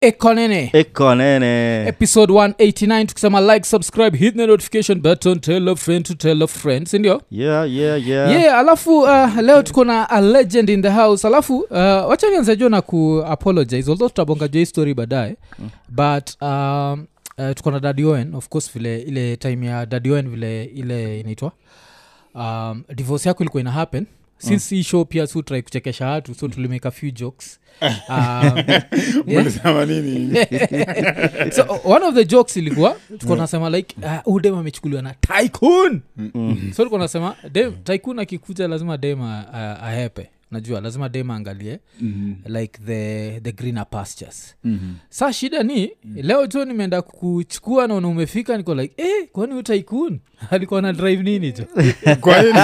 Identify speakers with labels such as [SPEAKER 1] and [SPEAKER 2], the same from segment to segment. [SPEAKER 1] ekonene
[SPEAKER 2] ekonene
[SPEAKER 1] episode 189 tukisema like subscribe hit the notification button tell a friend to tell a friend sindio
[SPEAKER 2] yeah, yeah, yeah.
[SPEAKER 1] yeah alafu uh, leo tuko na a legend in the house alafu uh, wacha nianze jua na ku apologize although tutabonga jua hii story baadaye but um, uh, tuko na daddy Owen of course vile ile time ya daddy Owen vile ile inaitwa um, divorce yako ilikuwa ina happen since hii show pia si try kuchekesha watu so tulimeka few jokes um, yeah
[SPEAKER 3] Ulisema nini
[SPEAKER 1] so o- one of the jokes ilikuwa tuko nasema like uh, huu dem amechukuliwa na tycoon mm. so tuko nasema dem tycoon akikuja lazima dem uh, ahepe najua lazima dem aangalie mm. like the, the greener pastures mm-hmm. saa shida ni leo tu nimeenda kuchukua naona umefika niko like eh, kwani huu tycoon alikuwa na drive nini jo
[SPEAKER 3] kwa nini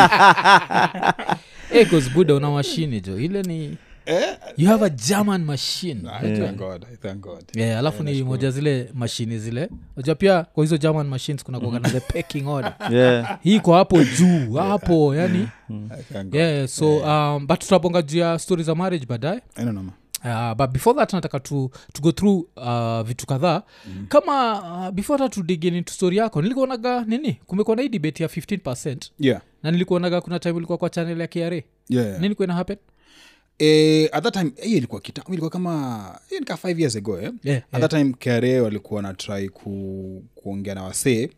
[SPEAKER 1] Eh, 'cause buda una mashini jo ile ni
[SPEAKER 3] Eh,
[SPEAKER 1] you have a german machine
[SPEAKER 3] I thank God, I thank God.
[SPEAKER 1] yeah, alafu ni moja zile mashini zile unajua pia kwa hizo german machines kuna kuaga na the pecking order
[SPEAKER 2] Yeah.
[SPEAKER 1] hii iko hapo juu hapo yani
[SPEAKER 3] I thank God.
[SPEAKER 1] yeah, so um, but tutabonga juu ya stori za marriage baadaye
[SPEAKER 3] I don't know, ma.
[SPEAKER 1] uh, but before that nataka tu, tu go through uh, vitu kadhaa mm. kama uh, before hata tudigeni tu story yako nilikuonaga nini kumekuwa na hii debate ya 15
[SPEAKER 3] Yeah,
[SPEAKER 1] na nilikuonaga kuna time ulikuwa kwa channel ya kra
[SPEAKER 3] yeah, yeah.
[SPEAKER 1] nini kuena happen
[SPEAKER 3] Eh, at that time hiyo ilikuwa kitambo ilikuwa kama hiyo nika five years ago eh?
[SPEAKER 1] Yeah,
[SPEAKER 3] at that time kare walikuwa na try ku, kuongea na wasee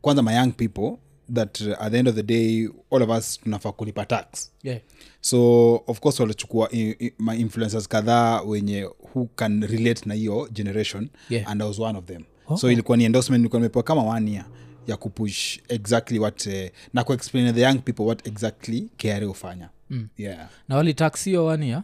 [SPEAKER 3] kwanza my young people that uh, at the end of the day all of us tunafaa kulipa tax
[SPEAKER 1] yeah.
[SPEAKER 3] so of course walichukua i- i- ma influencers kadhaa wenye who can relate na hiyo generation
[SPEAKER 1] Yeah.
[SPEAKER 3] and i was one of them oh. so ilikuwa ni endorsement nilikuwa nimepewa kama one year ya kupush exactly what uh, na kuexplain the young people what exactly kare hufanya mm. yeah
[SPEAKER 1] na walitaxio wania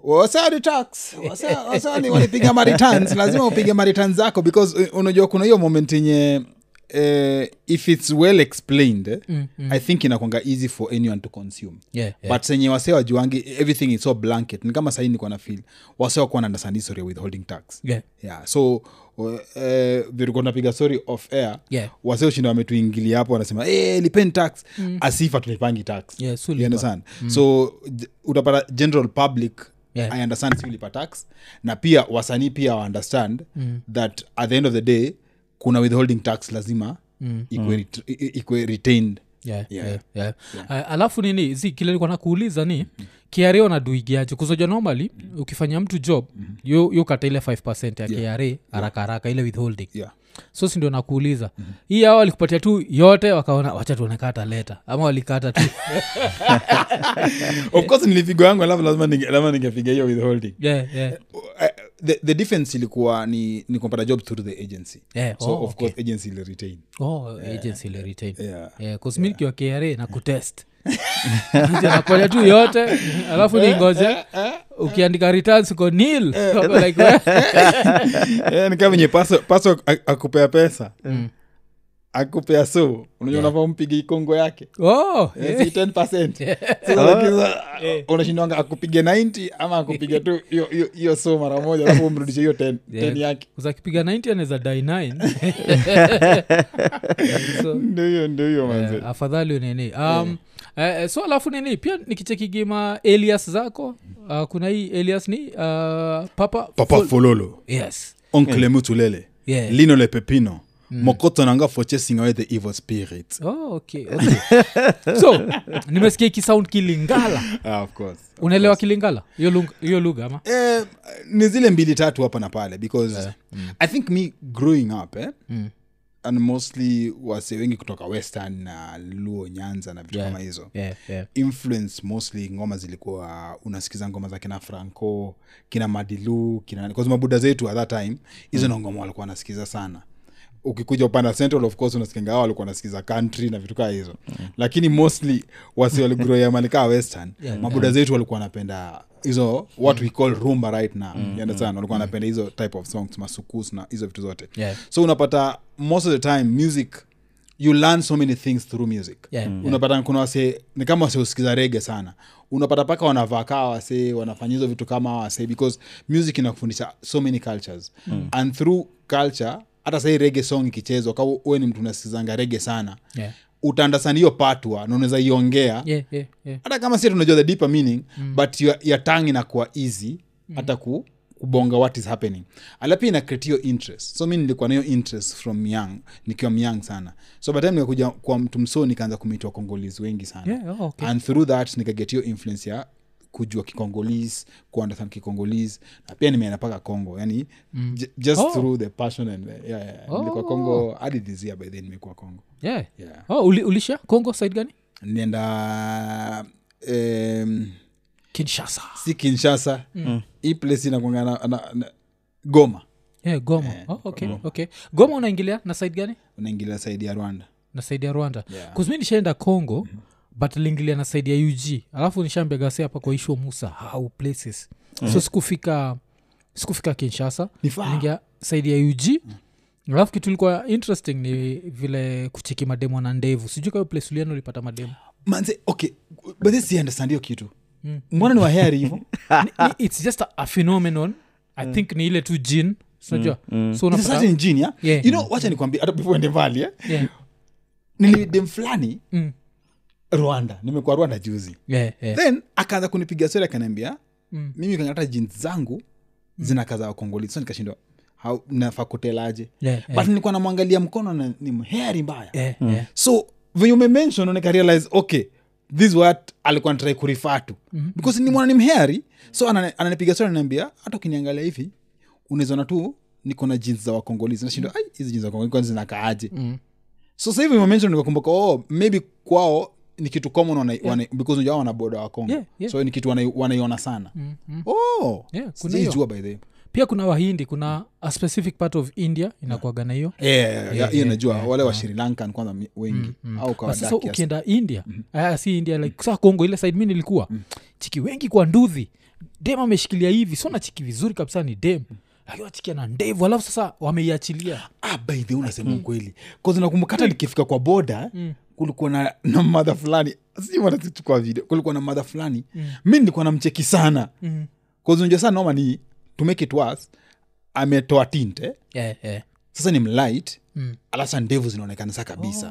[SPEAKER 3] wasani tax wasa- wasani walipiga maritans lazima upige maritans zako because uh, unajua kuna hiyo moment yenye eh, if its well explained eh, i think inakwanga easy for anyone to consume
[SPEAKER 1] yeah, yeah.
[SPEAKER 3] but senye wase wajuangi everything is so blanket ni kama sahii nikuwa na fil wase wakuwa na understand history ya withholding tax
[SPEAKER 1] yeah.
[SPEAKER 3] yeah so uh, vilikuwa tunapiga story off air
[SPEAKER 1] Yeah.
[SPEAKER 3] wase ushinda wametuingilia hapo wanasema hey, lipeni tax mm. asifa tulipangi tax
[SPEAKER 1] Yeah, si
[SPEAKER 3] You
[SPEAKER 1] ulipa.
[SPEAKER 3] understand? so j- utapata general public
[SPEAKER 1] Yeah.
[SPEAKER 3] i understand siulipa tax na pia wasanii pia wa understand mm. that at the end of the day kuna withholding tax lazima mm. ikwe, mm. ikwe retained
[SPEAKER 1] Yeah,
[SPEAKER 3] Yeah.
[SPEAKER 1] yeah, yeah. Mm-hmm. Uh, alafu nini zi kile nilikuwa nakuuliza ni kra wanaduigiaje kuzoja normally ukifanya mtu job yo, yo kata ile 5 ya Mm-hmm. yeah. kra haraka haraka ile withholding
[SPEAKER 3] yeah.
[SPEAKER 1] so sindio nakuuliza hii hao walikupatia tu yote wakaona wacha tuonekata leta ama walikata tu
[SPEAKER 3] of course nilipigwa yangu alafu lazima ninge- lazima ningepiga hiyo withholding
[SPEAKER 1] yeah, yeah,
[SPEAKER 3] Uh, the, the difference ilikuwa ni ni kumpata job through the agency
[SPEAKER 1] Yeah,
[SPEAKER 3] so
[SPEAKER 1] oh,
[SPEAKER 3] of course agency ili retain
[SPEAKER 1] oh, agency ile retain
[SPEAKER 3] Yeah.
[SPEAKER 1] yeah, 'cause mi nikiwa kra na kutest nakupatia tu yote alafu ningoje ukiandika returns uko nil Wako like, "Well."
[SPEAKER 3] Eh, ni kama venye paso paso ak- akupea pesa
[SPEAKER 1] Mm.
[SPEAKER 3] akupea so unajua unafaa umpige ikongo yake
[SPEAKER 1] Oh,
[SPEAKER 3] Eh,
[SPEAKER 1] yeah.
[SPEAKER 3] si 10%. So,
[SPEAKER 2] Oh.
[SPEAKER 3] unakiza, unashindwanga akupige 90 ama akupige tu hiyo- hiyo- hiyo so mara moja alafu umrudishe hiyo 10 10 yake
[SPEAKER 1] uzakipiga 90 anaweza dai 9 so,
[SPEAKER 3] ndio hiyo ndio hiyo manze
[SPEAKER 1] eh, afadhali nini um, yeah. eh, so alafu nini pia nikichekigima alias zako uh, kuna hii alias ni uh, papa
[SPEAKER 3] papa
[SPEAKER 1] Fol-
[SPEAKER 3] fololo
[SPEAKER 1] yes
[SPEAKER 3] oncle mutulele
[SPEAKER 1] Yeah.
[SPEAKER 3] lino le pepino mokoto nanga for chasing away the evil spirit
[SPEAKER 1] Oh, okay, okay. so nimesikia kisound kilingala
[SPEAKER 3] ah, of course
[SPEAKER 1] unaelewa kilingala hiyo lung- hiyo lugha ama
[SPEAKER 3] eh, ni zile mbili tatu hapa na pale because yeah. mm. i think me growing up eh, mm. and mostly wase wengi kutoka western na luo nyanza na vitu yeah. kama hizo
[SPEAKER 1] yeah, yeah.
[SPEAKER 3] influence mostly ngoma zilikuwa unasikiza ngoma za kina franco kina madilu kina kwa mabuda zetu at that time hizo mm. ngoma walikuwa wanasikiza sana ukikuja upande wa central of course unasikanga hao walikuwa wanasikiza country na vitu kaa hizo mm. lakini mostly wasi waligroya malikaa western yeah, mabuda yeah. zetu walikuwa wanapenda hizo what we call rumba right now mm, understand walikuwa wanapenda hizo type of songs masukus na hizo vitu zote
[SPEAKER 1] Yeah.
[SPEAKER 3] so unapata most of the time music you learn so many things through music
[SPEAKER 1] Yeah, Mm.
[SPEAKER 3] unapata kuna wase ni kama wase usikiza rege sana unapata paka wanavaa kaa wase wanafanya hizo vitu kama hawa wase because music inakufundisha so many cultures mm. and through culture hata sahii rege song ikichezwa ka uwe ni mtu unasikizanga rege sana
[SPEAKER 1] Yeah.
[SPEAKER 3] utaandasani hiyo patwa na unaweza iongea
[SPEAKER 1] Yeah, yeah, yeah.
[SPEAKER 3] hata kama si tunajua the deeper meaning mm. but your, your tongue inakuwa easy mm. hata ku kubonga what is happening ala pia inacreate hiyo interest so mi nilikuwa nayo interest from young nikiwa myang sana so batime nikakuja kwa mtu msoo nikaanza kumitwa kongolezi wengi sana
[SPEAKER 1] Yeah, oh, okay.
[SPEAKER 3] and through that nikaget hiyo influence ya kujua kikongolese kuunderstand kikongolese na pia nimeenda mpaka congo yani mm. just
[SPEAKER 1] Oh.
[SPEAKER 3] oh. through the passion and yeah, yeah, yeah.
[SPEAKER 1] Oh.
[SPEAKER 3] nilikuwa congo hadi this year by then nimekuwa congo
[SPEAKER 1] yeah.
[SPEAKER 3] yeah.
[SPEAKER 1] oh, uli, ulisha congo side gani
[SPEAKER 3] nienda um,
[SPEAKER 1] kinshasa
[SPEAKER 3] si kinshasa mm. hii place inakwanga na, na, na, goma
[SPEAKER 1] yeah, goma oh, okay, okay. goma unaingilia na side gani
[SPEAKER 3] unaingilia saidi ya rwanda
[SPEAKER 1] na saidi ya rwanda
[SPEAKER 3] Yeah. Mm-hmm.
[SPEAKER 1] kuzmi nishaenda congo but lingilia na saidi ya ug alafu nishambegasia hapa kwa ishu musa how places
[SPEAKER 3] Mm-hmm.
[SPEAKER 1] so sikufika sikufika kinshasa
[SPEAKER 3] Nifaa.
[SPEAKER 1] Nilingia saidi ya ug
[SPEAKER 3] Mm.
[SPEAKER 1] alafu kitu ilikuwa interesting ni vile kucheki mademo na ndevu sijui kayo place uliano ulipata mademo
[SPEAKER 3] manze okay but this i understand hiyo kitu
[SPEAKER 1] Mm.
[SPEAKER 3] mbona ni waheri hivo
[SPEAKER 1] Ni- ni- it's just a, a phenomenon
[SPEAKER 3] Mm.
[SPEAKER 1] i think ni ile tu jin sinajua so
[SPEAKER 3] It's a
[SPEAKER 1] unapata
[SPEAKER 3] certain gene, yeah?
[SPEAKER 1] Yeah.
[SPEAKER 3] you know wacha nikwambia hata before ende mbali eh?
[SPEAKER 1] yeah,
[SPEAKER 3] nilidem fulani
[SPEAKER 1] Mm.
[SPEAKER 3] rwanda nimekuwa rwanda juzi
[SPEAKER 1] yeah, yeah.
[SPEAKER 3] then akaanza kunipiga stori akaniambia mm. mimi kanga- hata jins zangu
[SPEAKER 1] Mm.
[SPEAKER 3] zina kaza wakongolezi so nikashindwa how- nafaa kutelaje
[SPEAKER 1] Yeah, yeah.
[SPEAKER 3] but nilikuwa namwangalia mkono na ni mheri mbaya
[SPEAKER 1] Yeah, yeah.
[SPEAKER 3] so venye umemention nikarealize okay this what alikuwa natrai kurifaa tu
[SPEAKER 1] Mhm.
[SPEAKER 3] because ni mwana ni mheri so anani- ananipiga stori ananiambia hata ukiniangalia hivi unaezana tu niko na jeans za wakongolizi nashindwa
[SPEAKER 1] Mm.
[SPEAKER 3] ai hizi jeans za wakongolizi kwani zinakaaje so sasa hivi umemention nikakumbuka oh maybe kwao ni kitu common wana, wana, because unajua wana boda wa Kongo
[SPEAKER 1] Yeah, yeah. Mm,
[SPEAKER 3] so ni kitu wanai- wanaiona sana oh
[SPEAKER 1] Yeah, kuna
[SPEAKER 3] sijai
[SPEAKER 1] hiyo.
[SPEAKER 3] jua by the way
[SPEAKER 1] pia kuna wahindi kuna a specific part of india inakuaga na hiyo
[SPEAKER 3] Yeah, yeah, yeah, hiyo najua wale wa sri lankan kwanza mi- wengi au
[SPEAKER 1] Mm, But
[SPEAKER 3] kwa Mhm.
[SPEAKER 1] sasa
[SPEAKER 3] Daki ya
[SPEAKER 1] ukienda india ah, si india like saa kongo ile side mi nilikuwa
[SPEAKER 3] Mhm.
[SPEAKER 1] chiki wengi kwa nduthi dem ameshikilia hivi so na chiki vizuri kabisa ni dem akiwa chikia na ndevu alafu sasa wameiachilia
[SPEAKER 3] ah, by the way, unasema ukweli kause nakumbuka hata likifika kwa boda kulikuwa na, na madha fulani si wanatuchukua video kulikuwa na madha fulani mi nilikuwa namcheki sana mm. unajua sana noma ni to make it worse ametoa tinte
[SPEAKER 1] yeah,
[SPEAKER 3] eh.
[SPEAKER 1] yeah.
[SPEAKER 3] sasa ni mlight mm. alasa ndevu zinaonekana saa kabisa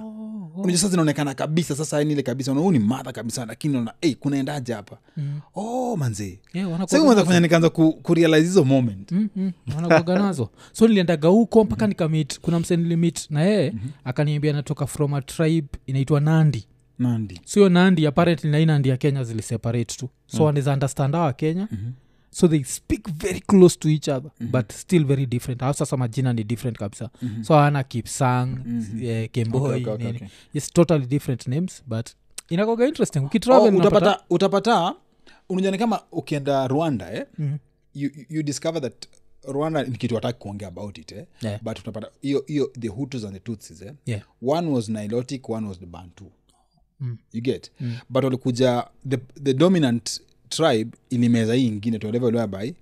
[SPEAKER 1] Eh,
[SPEAKER 3] oh, oh. unajua sasa zinaonekana kabisa sasa yani ile kabisa unaona, huyu ni madha kabisa lakini ona hey, kunaendaje hapa mm. oh manzee
[SPEAKER 1] Yeah, wanakuwa
[SPEAKER 3] Sasa hiyo mwanza kufanya nikaanza ku, kurealize hizo moment
[SPEAKER 1] Mm, mm, wanakuaga nazo so niliendaga huko
[SPEAKER 3] Mhm.
[SPEAKER 1] mpaka nikamit kuna mse nilimit na yeye akaniambia natoka from a tribe inaitwa nandi
[SPEAKER 3] nandi
[SPEAKER 1] so hiyo nandi apparently na hii nandi ya kenya ziliseparate tu so mm. wanaweza understand awa kenya mm-hmm. so they speak very close to each other mm-hmm. but still very different alafu sasa majina ni different kabisa mm-hmm. so ana kipsang mm-hmm. eh, kemboy
[SPEAKER 3] Okay, okay, okay,
[SPEAKER 1] nini.
[SPEAKER 3] okay.
[SPEAKER 1] It's totally different names but inakoga interesting
[SPEAKER 3] Oh,
[SPEAKER 1] ukitravel unapata-
[SPEAKER 3] utapata utapata unajua ni kama ukienda rwanda eh,
[SPEAKER 1] Mhm.
[SPEAKER 3] mm-hmm. you, you- you discover that rwanda ni kitu hataki kuongea about it eh,
[SPEAKER 1] Yeah.
[SPEAKER 3] but utapata hiyo hiyo the hutus and the tutsis eh,
[SPEAKER 1] Yeah.
[SPEAKER 3] one was nilotic one was the bantu mm. you get mm. but walikuja the, the dominant tribe ilimeza hii ingine tolevelwaby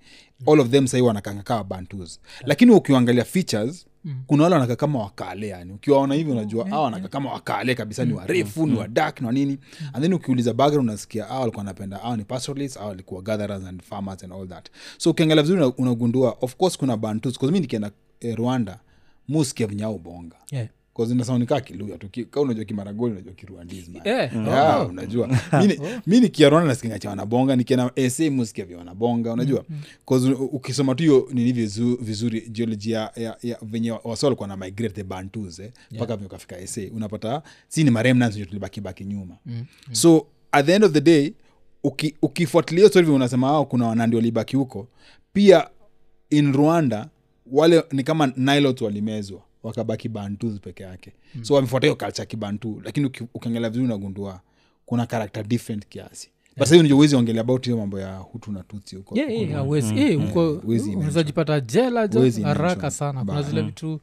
[SPEAKER 3] all of them sahii wanakangakawa bantus lakini ukiangalia features Mm. kuna wale wanakaa kama wakale yani ukiwaona hivi unajua a wanakaa kama wakale kabisa ni warefu ni wadak na nini and then ukiuliza background unasikia a walikuwa napenda a ni pastoralists a walikuwa gatherers and farmers and all that so ukiangalia vizuri una- unagundua of course kuna bantus bcause mi nikienda eh, rwanda muskia vinyao bonga
[SPEAKER 1] yeah.
[SPEAKER 3] kazinasaunika kiluya tu Ki- ka unajua kimaragoli unajua kiruandisma
[SPEAKER 1] Yeah.
[SPEAKER 3] yeah, unajua Mi ni- mi nikiarona nasikianga cha wanabonga nikiena sa musikia vya wanabonga unajua Cause u- ukisoma tu hiyo nini vizu- vizuri geology ya, ya, ya venye wasa walikuwa na migrate the bantus eh, mpaka venye ukafika sa unapata si ni maremnans tulibakibaki nyuma so at the end of the day uki- ukifuatilia hiyo story vile unasema wao kuna wanandi walibaki huko pia in rwanda wale ni kama nilot walimezwa wakabaki bantus peke yake
[SPEAKER 1] Hmm.
[SPEAKER 3] mm. so wamefuata hiyo kalcha kibantu lakini uki- ukiangalia vizuri unagundua kuna karakta different kiasi but sahivi ndio uwezi ongelea about hiyo mambo ya hutu na tutsi huko
[SPEAKER 1] Yeah, yeah,
[SPEAKER 3] Mm,
[SPEAKER 1] hawezi. Eh, huko
[SPEAKER 3] huwezi
[SPEAKER 1] unaweza jipata jela jo,
[SPEAKER 3] Huwezi
[SPEAKER 1] haraka
[SPEAKER 3] mention.
[SPEAKER 1] sana kuna
[SPEAKER 3] Ba- mm.
[SPEAKER 1] zile vitu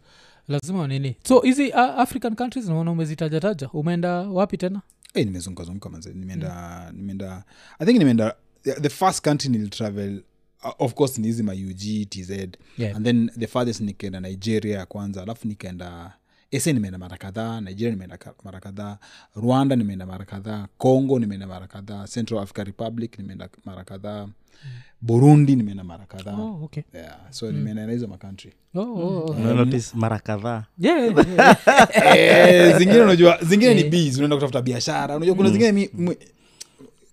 [SPEAKER 1] lazima nini so hizi uh, african countries naona umezitajataja umeenda wapi tena
[SPEAKER 3] hey, nimezungukazunguka manze nimeenda
[SPEAKER 1] Mm.
[SPEAKER 3] nimeenda i think nimeenda the first country nilitravel uh, of course ni hizi maug tz
[SPEAKER 1] Yeah.
[SPEAKER 3] and then the farthest nikaenda nigeria ya kwanza alafu nikaenda ese nimeenda mara kadhaa nigeria nimeenda ka- mara kadhaa rwanda nimeenda mara kadhaa congo nimeenda mara kadhaa central africa republic nimeenda mara kadhaa burundi nimeenda mara kadhaa
[SPEAKER 1] Mm. oh, okay.
[SPEAKER 3] yeah. so nimeenda na hizo makantri
[SPEAKER 1] oh, oh,
[SPEAKER 3] Mm.
[SPEAKER 1] oh.
[SPEAKER 2] Unanotice mara kadhaa
[SPEAKER 1] Yeah, yeah, yeah.
[SPEAKER 3] Eh, zingine unajua zingine ni
[SPEAKER 1] Eh.
[SPEAKER 3] bs unaenda kutafuta biashara unajua kuna zingine mi, mi,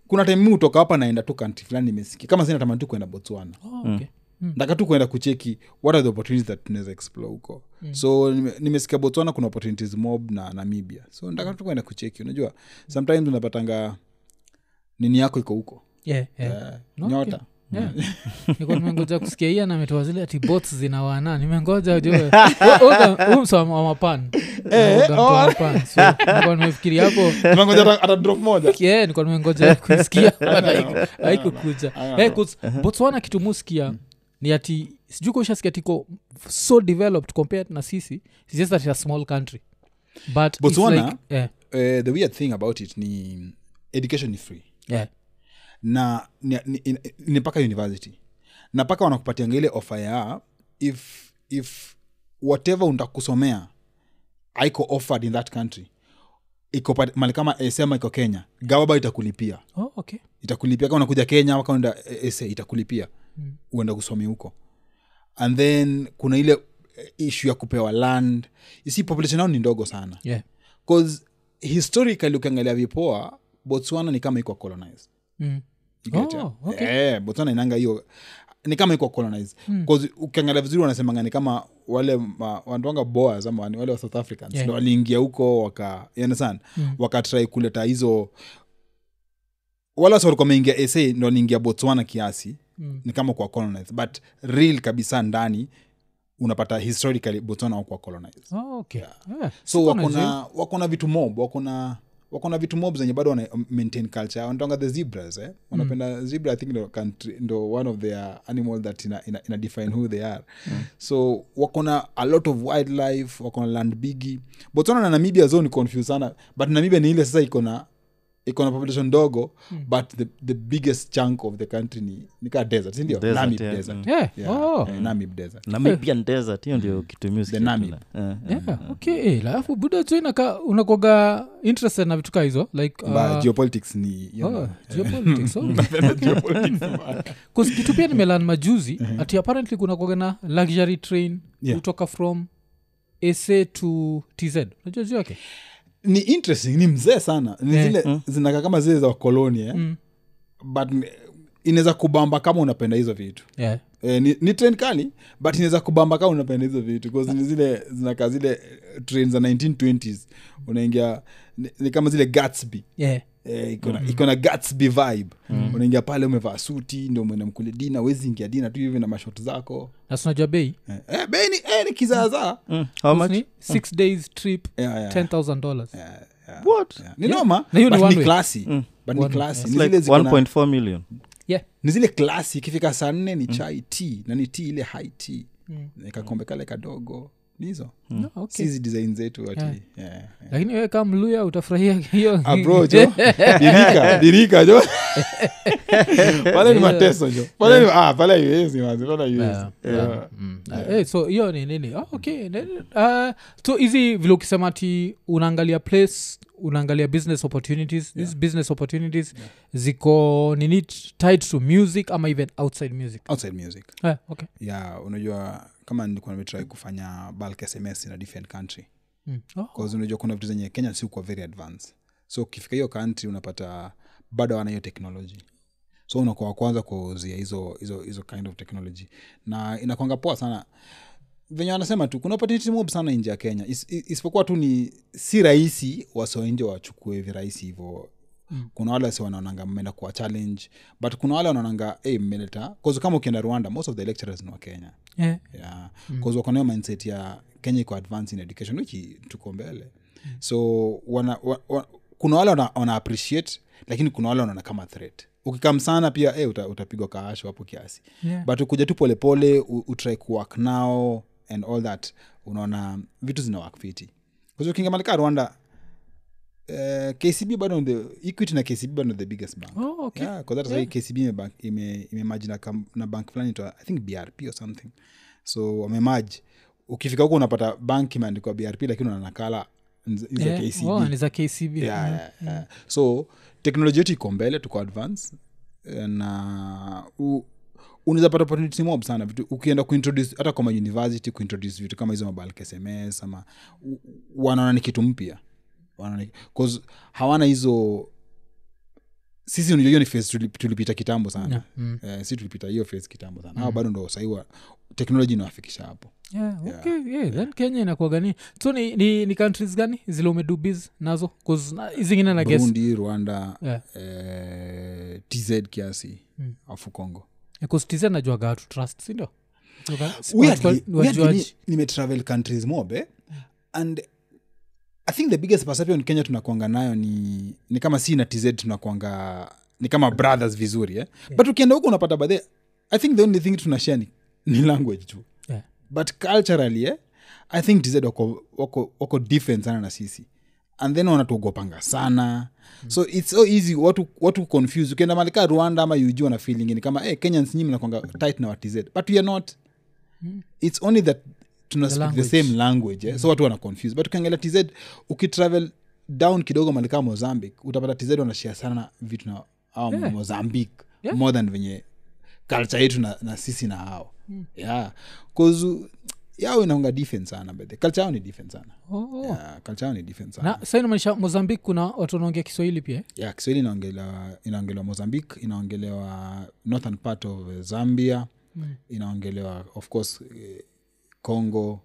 [SPEAKER 3] kuna time mi utoka hapa naenda tu kanti fulani nimesikia kama sina tamani tu kuenda botswana
[SPEAKER 1] Oh, okay.
[SPEAKER 3] nataka tu kuenda kucheki what are the opportunities that tunaweza explore huko mm. so nime- nimesikia botswana kuna opportunities mob na namibia so nataka tu kuenda kucheki unajua sometimes unapatanga nini yako iko huko
[SPEAKER 1] yeah, yeah.
[SPEAKER 3] Eh,
[SPEAKER 1] No,
[SPEAKER 3] nyota
[SPEAKER 1] Yeah. Nilikuwa nimengoja kusikia hii ametoa zile ati bots zinawana nimengoja juu msama wa mapan Uga mtu wa mapan. So, nilikuwa nimefikiria hapo
[SPEAKER 3] tunangoja hata- hata drop moja
[SPEAKER 1] yeah, nilikuwa nimengoja kuisikia but haiku- haikukuja Eh, 'cause botswana kitu musikia ni ati sijui kushasikia tiko so developed compared na sisi It's just that it's a small country but it's
[SPEAKER 3] Botswana?
[SPEAKER 1] like, yeah,
[SPEAKER 3] Eh, the weird thing about it ni education ni free
[SPEAKER 1] yeah.
[SPEAKER 3] na ni, ni, ni, ni mpaka university na mpaka wanakupatianga ile ofa ya if if whatever unataka kusomea aiko offered in that country iko pa- mali kama esema iko kenya gawaba itakulipia
[SPEAKER 1] Oh, okay.
[SPEAKER 3] itakulipia kama unakuja kenya ama kama unaenda ese itakulipia mm. uenda kusomea huko and then kuna ile eh, issue ya kupewa land You see population yao ni ndogo sana
[SPEAKER 1] yeah.
[SPEAKER 3] bcause historically ukiangalia vipoa botswana ni kama iko colonized
[SPEAKER 1] Mm.
[SPEAKER 3] You get it?
[SPEAKER 1] Oh, okay. Hmm.
[SPEAKER 3] Eh, botswana inanga hiyo ni kama iko colonize Cause ukiangalia vizuri wanasemanga ni kama wale ma- wanatuanga boas ama ni wale wa south africans
[SPEAKER 1] Yeah.
[SPEAKER 3] ndo waliingia huko waka yanasan
[SPEAKER 1] Mm.
[SPEAKER 3] wakatrai kuleta hizo wala wasi walikuwa wameingia sa ndo waliingia botswana kiasi
[SPEAKER 1] Mm.
[SPEAKER 3] ni kama kwa colonize but real kabisa ndani unapata historically botswana wakuwa colonize
[SPEAKER 1] Oh, okay. Yeah.
[SPEAKER 3] so
[SPEAKER 1] Sikuwa
[SPEAKER 3] wakona wakona vitu mob wakona wakona vitu mob zenye bado wana maintain culture wanatonga the zebras
[SPEAKER 1] Mm.
[SPEAKER 3] eh? wanapenda zebra i think ndo, country, ndo one of their animal that ina, ina, ina define who they are
[SPEAKER 1] Mm.
[SPEAKER 3] so wakona a lot of wildlife wakona land bigi botswana na namibia zo ni confuse sana but namibia ni ile sasa ikona ikona population ndogo
[SPEAKER 1] Mm.
[SPEAKER 3] but the, the biggest chunk of the country ni nikaa desert sindio
[SPEAKER 2] Desert,
[SPEAKER 3] namib
[SPEAKER 2] yeah.
[SPEAKER 3] desert
[SPEAKER 1] Yeah.
[SPEAKER 3] Yeah,
[SPEAKER 1] Oh.
[SPEAKER 3] eh, namib desert
[SPEAKER 2] namibian desert hiyo ndio kitu music
[SPEAKER 3] Mm. The Namib.
[SPEAKER 2] yetu na- eh, eh.
[SPEAKER 3] Mm-hmm.
[SPEAKER 1] Yeah, okay alafu buda jo inaka unakwaga interested na vitu kaa hizo like uh,
[SPEAKER 3] But geopolitics ni you know,
[SPEAKER 1] oh, geopolitics, oh. Cause kitu pia nimelan majuzi ati apparently kuna kwaga na luxury train
[SPEAKER 3] Mm-hmm. Yeah.
[SPEAKER 1] kutoka from sa to tz unajua juu yake
[SPEAKER 3] ni interesting ni mzee sana ni
[SPEAKER 1] Eh.
[SPEAKER 3] zile zinakaa kama zile za wakoloni eh?
[SPEAKER 1] Mm.
[SPEAKER 3] but ni- inaweza kubamba kama unapenda hizo vitu
[SPEAKER 1] yeah.
[SPEAKER 3] eh, ni, ni train kali but inaweza kubamba kama unapenda hizo vitu 'cause ni zile zinakaa zile eh, train za 1920s unaingia ni, ni kama zile gatsby
[SPEAKER 1] Yeah.
[SPEAKER 3] Eh, iko
[SPEAKER 1] Mm-hmm.
[SPEAKER 3] na- iko na gatsby vibe
[SPEAKER 1] Mm.
[SPEAKER 3] unaingia pale umevaa suti ndio mwenda mkule dina wezi ingia dina tu hivi na mashot zako
[SPEAKER 1] na sunajua bei
[SPEAKER 3] eh, eh, bei ni, eh, ni kizaazaa
[SPEAKER 2] Mm, how much
[SPEAKER 1] ni six days trip
[SPEAKER 3] Yeah, yeah.
[SPEAKER 1] 10000 dollars
[SPEAKER 2] what
[SPEAKER 3] ni noma
[SPEAKER 1] Na hiyo ni
[SPEAKER 3] but
[SPEAKER 1] one way.
[SPEAKER 3] ni
[SPEAKER 1] Mm.
[SPEAKER 3] klasi but ni
[SPEAKER 1] One way,
[SPEAKER 3] klasi
[SPEAKER 2] It's
[SPEAKER 3] Ni zile
[SPEAKER 2] like
[SPEAKER 3] ziko na-
[SPEAKER 2] 1.4 million
[SPEAKER 1] yeah.
[SPEAKER 3] ni zile klasi ikifika saa nne ni chai t na ni t ile high t mm. kakombe kale kadogo nizo
[SPEAKER 1] No, okay.
[SPEAKER 3] sizi design zetu ati
[SPEAKER 1] Yeah.
[SPEAKER 3] yeah, yeah.
[SPEAKER 1] lakini wewe kama mluya utafurahia hiyo
[SPEAKER 3] Ah, bro, jo dirika dirika jo pale ni mateso jo pale ni ah pale iwezi wazi pale
[SPEAKER 1] Yeah,
[SPEAKER 3] iwezi
[SPEAKER 1] yeah. Mm. Eh, so hiyo ni nini Ah, okay then, ah, so hizi vile ukisema ti unaangalia place unaangalia business opportunities yeah. business opportunities ziko nini tied to music ama even outside music
[SPEAKER 3] outside music
[SPEAKER 1] eh, okay.
[SPEAKER 3] yeah unajua kama nilikuwa nimetry kufanya bulk sms in a different country
[SPEAKER 1] mm. oh.
[SPEAKER 3] Cause unajua kuna vitu zenye kenya si kwa very advance so ukifika hiyo country unapata bado wana hiyo technology so unakuwa wa kwanza kuuzia hizo hizo hizo kind of technology na inakwanga poa sana venye wanasema tu kuna opportunity mob sana nje ya kenya Is- is- isipokuwa tu ni si rahisi wasio nje wachukue virahisi hivo kuna wale wasi wanaonanga mmeenda kuwa challenge but kuna wale wanaonanga hey, mmeleta bcause kama ukienda rwanda most of the lecturers ni wa kenya
[SPEAKER 1] yeah.
[SPEAKER 3] yeah. mm. wakonayo mindset ya kenya iko advance in education which tuko mbele mm. so wana, wa, wa, kuna wale wana, wana appreciate lakini kuna wale wanaona kama threat ukikam sana pia hey, uta, utapigwa kaasho hapo kiasi
[SPEAKER 1] Yeah.
[SPEAKER 3] but ukuja tu polepole u- utry kuwork nao and all that unaona vitu zina work fiti kwaio kingamalika rwanda eh, kcb bado ni the- equity na kcb bado ni the biggest bank
[SPEAKER 1] Oh, okay.
[SPEAKER 3] yeah, 'cause hata sahii kcb imebank- ime- imemaji na, kam- na bank fulani itwa- i think brp or something so wamemaji ukifika huko unapata bank imeandikwa brp lakini una nakala nz-
[SPEAKER 1] Yeah.
[SPEAKER 3] hizi za kcb
[SPEAKER 1] Oh, ni za kcb
[SPEAKER 3] yeah, yeah, yeah. so teknoloji yetu iko mbele tuko advance eh, na u- unaweza pata opportunity mob sana vitu ukienda kuintroduce hata kwa mauniversity kuintroduce vitu kama hizo mabalk sms ama u- u- wanaona ni kitu mpya Wanaona ni- 'cause hawana hizo sisi unajua hiyo ni phase tuli- tulipita kitambo sana yeah. mm. eh, si tulipita hiyo phase kitambo sana mm. bado ndo sahiwa teknoloji inawafikisha hapo
[SPEAKER 1] yeah, okay, yeah. then kenya inakuagania so ni, ni, ni countries gani zile umedubiz nazo 'Cause na- hizi zingine na guess
[SPEAKER 3] burundi rwanda
[SPEAKER 1] Yeah.
[SPEAKER 3] eh, tz kiasi mm. afu congo
[SPEAKER 1] kustize najuaga watu trust sindio
[SPEAKER 3] Weirdly- weirdly, nimetravel countries mobe and i think the biggest perception kenya tunakuanga nayo ni ni kama si na tz tunakuanga ni kama brothers vizuri eh? but ukienda huko unapata badhe i think the only thing tunashare ni, ni language tu
[SPEAKER 1] Yeah.
[SPEAKER 3] but culturally eh? i think tz wako, wako, wako different sana na sisi and then wanatuogopanga sana mm. so its so easy watu, watu confuse ukienda malika rwanda ama uj wana feeling ni kama hey, kenyans nyinyi mnakwanga tight na watz but we are not it's only that tuna
[SPEAKER 1] The
[SPEAKER 3] speak the
[SPEAKER 1] language. Mm.
[SPEAKER 3] same language eh? so watu wana confuse but ukiangalia tz ukitravel down kidogo malikaa mozambique utapata tz wanashia sana vitu na au
[SPEAKER 1] Yeah.
[SPEAKER 3] mozambique
[SPEAKER 1] Yeah.
[SPEAKER 3] more than venye culture yetu na, na sisi na hao
[SPEAKER 1] Mm.
[SPEAKER 3] yeah kuzu yao inaonga different sana bethe culture yao ni different sana yeah, culture yao ni different sana
[SPEAKER 1] Oh, na sa inamaanisha mozambique kuna watu wanaongea kiswahili pia eh?
[SPEAKER 3] yeah, kiswahili inaongelewa inaongelewa mozambique inaongelewa northern part of eh, zambia mm. inaongelewa of course eh, congo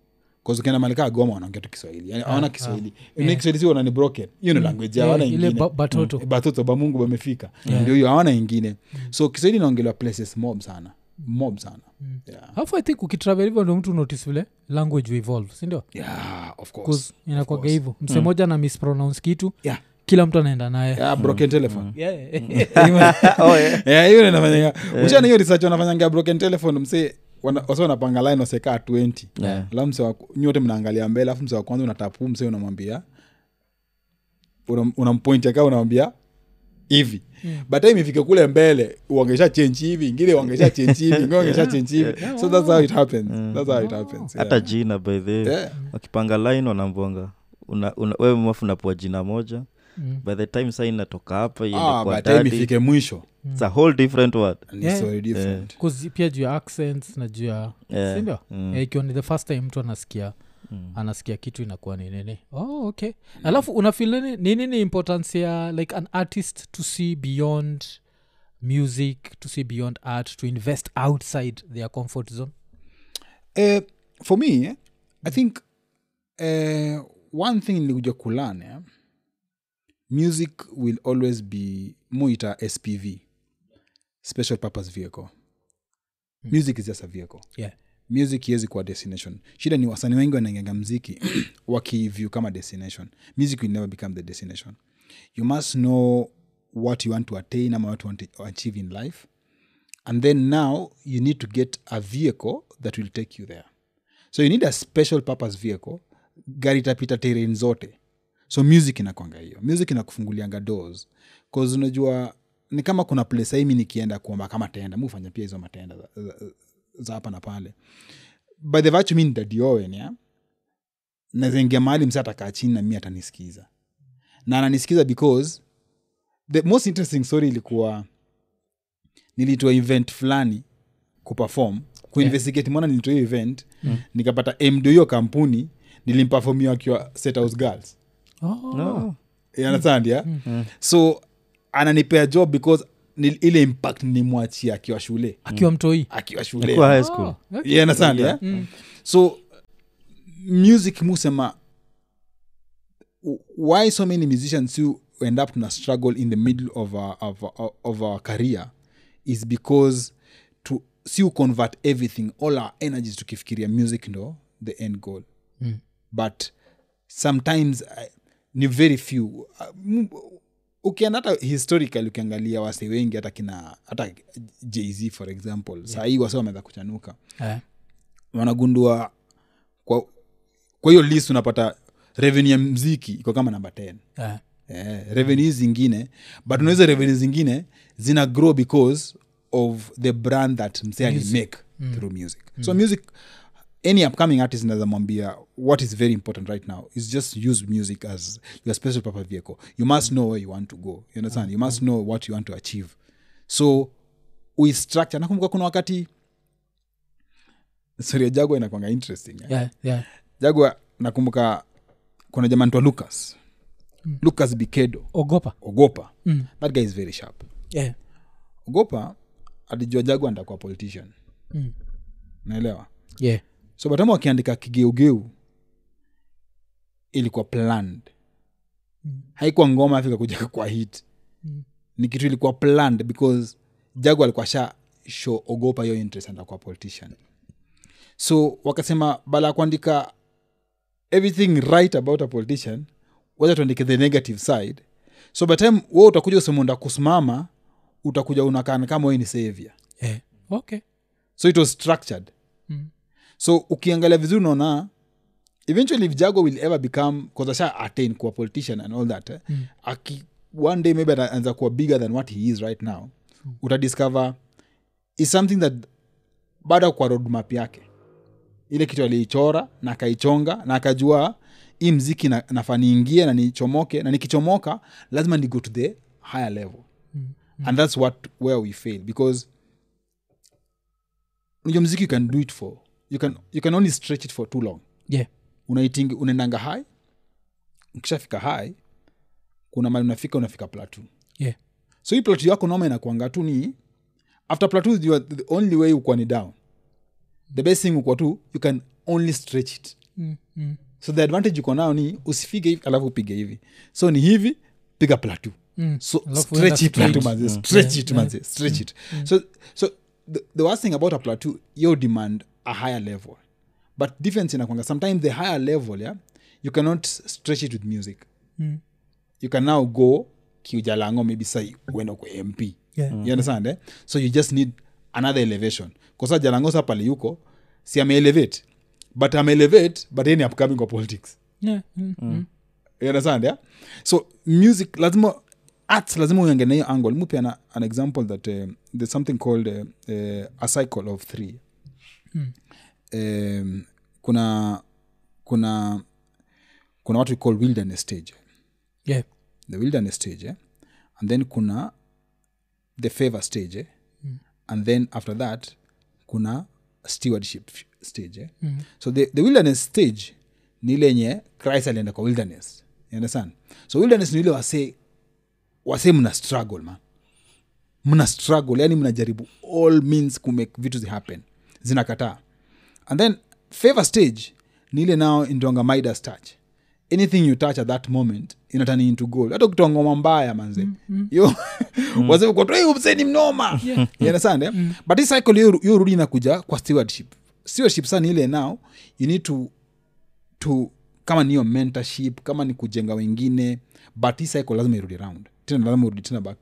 [SPEAKER 3] Cause ukienda malika goma wanaongea tu kiswahili yani
[SPEAKER 1] Ah,
[SPEAKER 3] awana kiswahili yeah. kiswahili si wanani broken hiyo ni language yao hawana
[SPEAKER 1] Eh, ile
[SPEAKER 3] ingine
[SPEAKER 1] ba- batoto Mm.
[SPEAKER 3] Eh, batoto bamungu bamefika ndio hiyo hawana ingine so kiswahili inaongelewa places mob sana mob sana
[SPEAKER 1] Mm.
[SPEAKER 3] yeah.
[SPEAKER 1] alafu i think ukitravel hivyo ndio mtu notice vile language evolve sindio
[SPEAKER 3] yeah, of
[SPEAKER 1] bcause
[SPEAKER 3] course Mm.
[SPEAKER 1] inakwaga hivyo mse moja na mispronounce kitu
[SPEAKER 3] yeah.
[SPEAKER 1] kila mtu anaenda naye
[SPEAKER 3] yeah, broken telephone
[SPEAKER 1] Mm. Yeah.
[SPEAKER 2] Oh,
[SPEAKER 3] Yeah, Eh, hiyo inafanyanga
[SPEAKER 2] Eh.
[SPEAKER 3] ushana hiyo research wanafanyanga broken telephone mse wana- wase wanapanga line wasekaa 20
[SPEAKER 2] Yeah.
[SPEAKER 3] alafu mse wa- nyote mnaangalia mbele alafu mse wa kwanza unatapu mse unamwambia unam- unampointia kaa unamwambia hivi bata imefika kule mbele uangesha chenji hivi ingine uangesha chenji hivi ingine uangesha chenji hivi so that's how it happens that's how it happens yeah.
[SPEAKER 2] Mm. hata jina by the way
[SPEAKER 3] Yeah.
[SPEAKER 2] wakipanga line wanambonga una, una, wewe mwafu unapewa jina moja
[SPEAKER 1] Mm.
[SPEAKER 2] by the time saa inatoka hapa iende
[SPEAKER 3] Ah,
[SPEAKER 2] kwa
[SPEAKER 3] but time
[SPEAKER 2] dadi
[SPEAKER 3] ifike mwisho
[SPEAKER 2] it's a whole different word
[SPEAKER 3] ni
[SPEAKER 1] Yeah.
[SPEAKER 3] so different
[SPEAKER 1] 'Cause pia juu ya accents na juu ya
[SPEAKER 2] Yeah.
[SPEAKER 1] sindio
[SPEAKER 2] Mm.
[SPEAKER 1] Eh, ikiwa ni the first time mtu anasikia anasikia kitu inakuwa ni nini oh, okay alafu unafil nini ni nini importance ya like an artist to see beyond music to see beyond art to invest outside their comfort zone
[SPEAKER 3] eh, for me eh, i think eh, one thing nilikuja kulan eh, music will always be muita spv special purpose vehicle music is just a vehicle
[SPEAKER 1] yeah
[SPEAKER 3] music iwezi kuwa destination shida ni wasanii wengi wanaingenga mziki wakivyu kama destination music will never become the destination you must know what you want to attain ama what you want to achieve in life and then now you need to get a vehicle that will take you there so you need a special purpose vehicle gari itapita terrain zote so music inakwanga hiyo music inakufungulianga doors bcause unajua ni kama kuna place aimi nikienda kuomba kama tenda mi hufanya pia hizo matenda za- za- za hapa na pale by the virtue mi nidadiowen ya nazaingia mahali msa atakaa chini na mi atanisikiza na ananisikiza because the most interesting story ilikuwa nilitoa event fulani kuperform kuinvestigate yeah. mwana nilitoa hiyo event mm. nikapata mdo hiyo kampuni nilimpafomia akiwa set house girls
[SPEAKER 1] oh.
[SPEAKER 2] No.
[SPEAKER 3] understand yeah? so ananipea job because nil, ile impact nilimwachia akiwa shule
[SPEAKER 1] akiwa mtoi
[SPEAKER 3] akiwa shule
[SPEAKER 2] Kwa high school
[SPEAKER 1] Oh, okay. Mm.
[SPEAKER 3] yeah, understand, yeah? so music musema w- why so many musicians who end up na struggle in the middle of our, of our, of our career is because to si convert everything all our energies tukifikiria music ndo the end goal
[SPEAKER 1] Mm.
[SPEAKER 3] but sometimes I, ni very few Uh, m- ukienda hata historical ukiangalia wase wengi hata kina hata jz for example yeah. sahii wase wameweza kuchanuka
[SPEAKER 1] Eh,
[SPEAKER 3] wanagundua kwa kwa hiyo list unapata revenue ya mziki iko kama namba 10
[SPEAKER 1] eh.
[SPEAKER 3] eh, revenue hizi zingine but unaweza revenue zingine zina grow because of the brand that msee alimake mm. through music mm. so music any upcoming artist nazamwambia what is very important right now is just use music as your special purpose vehicle you must know where you want to go you understand you must know what you want to achieve so we structure nakumbuka kuna wakati sorry jagwa inakwanga interesting eh?
[SPEAKER 1] Yeah, yeah.
[SPEAKER 3] jagwa nakumbuka kuna Mm. jamani twa lucas lucas bikedo
[SPEAKER 1] ogopa
[SPEAKER 3] ogopa that guy is very sharp
[SPEAKER 1] yeah.
[SPEAKER 3] ogopa alijua jagu andakuwa politician
[SPEAKER 1] Mm.
[SPEAKER 3] naelewa
[SPEAKER 1] yeah.
[SPEAKER 3] so batama wakiandika kigeugeu ilikuwa planned
[SPEAKER 1] Mm.
[SPEAKER 3] haikuwa ngoma afika kuja kwa hit
[SPEAKER 1] Mm.
[SPEAKER 3] ni kitu ilikuwa planned because jagu alikuwa sha show ogopa hiyo interest andakuwa politician so wakasema bala ya kuandika everything right about a politician wacha tuandike the negative side so by the time we utakuja usemeunda kusimama utakuja unakana kama wewe ni savior
[SPEAKER 1] yeah. okay
[SPEAKER 3] so it was structured
[SPEAKER 1] Mm.
[SPEAKER 3] so ukiangalia vizuri unaona eventually if jago will ever become kazasha attain kuwa politician and all that eh?
[SPEAKER 1] Mm.
[SPEAKER 3] Aki, one day maybe anaanza kuwa bigger than what he is right now
[SPEAKER 1] Mm.
[SPEAKER 3] utadiscover is something that baada ya kwa roadmap yake ile kitu aliichora na akaichonga na akajua hii mziki na, nafaa niingie na nichomoke na nikichomoka lazima ni go to the higher level
[SPEAKER 1] Mm.
[SPEAKER 3] and that's what where we fail because your music you can do it for you can you can only stretch it for too long
[SPEAKER 1] yeah.
[SPEAKER 3] unaiting unaendanga high ukishafika high kuna mali unafika unafika plateau
[SPEAKER 1] yeah.
[SPEAKER 3] so hii plateau yako noma inakuanga tu ni after plateau you are the only way ukuwa ni down the best thing ukuwa tu you can only stretch it
[SPEAKER 1] Mm. Mm.
[SPEAKER 3] so the advantage uko nao ni usifige hivi alafu upige hivi so ni hivi piga plateau
[SPEAKER 1] Mm.
[SPEAKER 3] so
[SPEAKER 1] Alafu
[SPEAKER 3] stretch
[SPEAKER 1] enda
[SPEAKER 3] it plateau
[SPEAKER 1] straight.
[SPEAKER 3] manze stretch
[SPEAKER 1] Yeah, yeah.
[SPEAKER 3] it
[SPEAKER 1] Mm,
[SPEAKER 3] manze stretch it so so the, the worst thing about a plateau you demand a higher level but difference inakwanga sometimes the higher level yeah you cannot stretch it with music
[SPEAKER 1] Mm.
[SPEAKER 3] you can now go kiujalango maybe sai uenda kwa mp
[SPEAKER 1] Yeah.
[SPEAKER 2] Mm.
[SPEAKER 3] you understand eh? so you just need another elevation kosa jalango sa pale yuko si ameelevate but ameelevate but yeye ni upcoming kwa politics
[SPEAKER 1] Yeah. Mm. Mm.
[SPEAKER 3] You understand, yeah? so music lazima arts lazima uange na hiyo angle Mu pia na an example that uh, there's something called uh, uh, a cycle of three um, kuna kuna kuna what we call wilderness stage
[SPEAKER 1] yeah.
[SPEAKER 3] the wilderness stage eh? and then kuna the favor stage eh? and then after that kuna stewardship f- stage eh? so the, the wilderness stage ni ile yenye christ alienda kwa wilderness You understand so wilderness ni ile wase wase mna struggle man mna struggle yani mnajaribu all means kumake vitu zihappen zinakataa and then favor stage ni ile nao intonga midas touch anything you touch at that moment inatani into gold hata ukitoa ngoma mbaya manze yo wasekotomseni mnoma You understand, eh? but hii cycle hiyo hiyo rudi inakuja kwa stewardship stewardship sana ile nao you need to to kama niyo mentorship kama ni kujenga wengine but hii cycle lazima irudi round tena lazima urudi tena back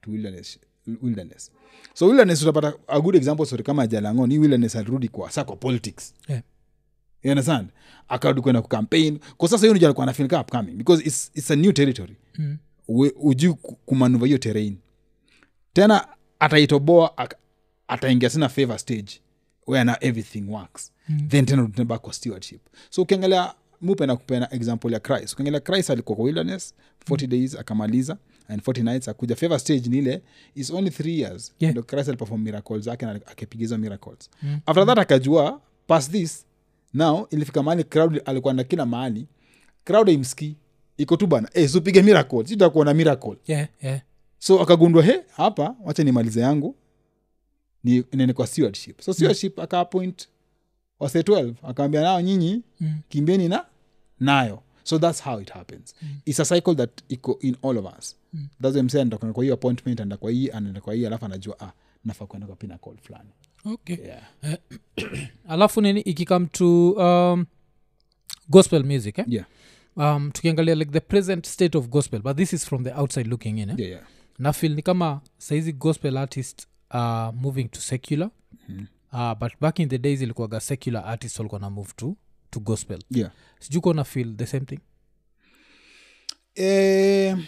[SPEAKER 3] to wilderness, wilderness. so wilderness utapata a good example sorry kama jalango ni wilderness alirudi kwa sa kwa politics
[SPEAKER 1] Yeah.
[SPEAKER 3] You understand akarudi kwenda kucampaign kwa sasa hiyo ndio alikuwa anafilika upcoming because it's, it's a new territory
[SPEAKER 1] Mm.
[SPEAKER 3] We- hujui ku- kumanuva hiyo terrain tena ataitoboa ak- ataingia sina favor stage where now everything works mm. then tena rudi back kwa stewardship so ukiangalia mupe na kupena example ya christ ukiangalia christ alikuwa kwa wilderness 40 days akamaliza and 40 nights akuja favor stage ni ile is only three years
[SPEAKER 1] Yeah.
[SPEAKER 3] ndo christ aliperform miracles zake na akipigizwa miracles mm. after that akajua past this now ilifika mahali crowd alikuwa na kila mahali crowd imski iko tu bana "Eh, hey, supige miracle sitakuwa na miracle
[SPEAKER 1] yeah. yeah.
[SPEAKER 3] so akagundua he hapa wacha nimalize yangu ni nene kwa stewardship so stewardship akaappoint wase 12 akaambia nao nyinyi
[SPEAKER 1] Mm.
[SPEAKER 3] kimbieni na nayo so thats how it happens mm. its a cycle that iko in all of us mm. thats msa ndakwenda kwa hiyo appointment anda kwa hii anaenda kwa hii alafu anajua ah nafaa kwenda kwa pinacol fulani
[SPEAKER 1] okay
[SPEAKER 3] yeah.
[SPEAKER 1] alafu nini ikikam to um, gospel music eh?
[SPEAKER 3] Yeah.
[SPEAKER 1] um, tukiangalia like the present state of gospel but this is from the outside looking in eh?
[SPEAKER 3] Yeah, yeah.
[SPEAKER 1] nafil ni kama saizi gospel artist uh, moving to secular mm-hmm. uh, but back in the days ilikuwaga secular artist walikuwa na move to, to gospel
[SPEAKER 3] Yeah.
[SPEAKER 1] sijuko na feel the same thing
[SPEAKER 3] Eh,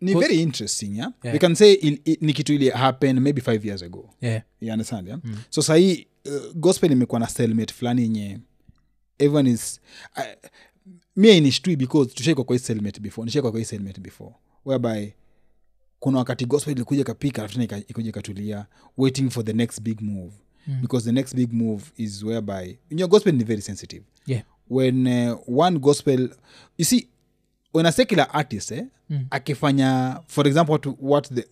[SPEAKER 3] ni
[SPEAKER 1] Ko-
[SPEAKER 3] very interesting yeah?
[SPEAKER 1] Yeah.
[SPEAKER 3] we can say il, i- ni kitu ili happen maybe five years ago
[SPEAKER 1] yeah.
[SPEAKER 3] you understand yeah? mm. so sahii uh, gospel imekuwa na stelmate fulani yenye everyone is uh, mie inishtui because tushaikwa kwa hii stelmate before nishaikwa kwa hii stelmate before whereby kuna wakati gospel ilikuja ikapika alafu tena ika- ikuja ikatulia waiting for the next big move mm. because the next big move is whereby you know, gospel ni very sensitive
[SPEAKER 1] Yeah.
[SPEAKER 3] when uh, one gospel you see when a secular artist eh, mm. akifanya for example what, what the,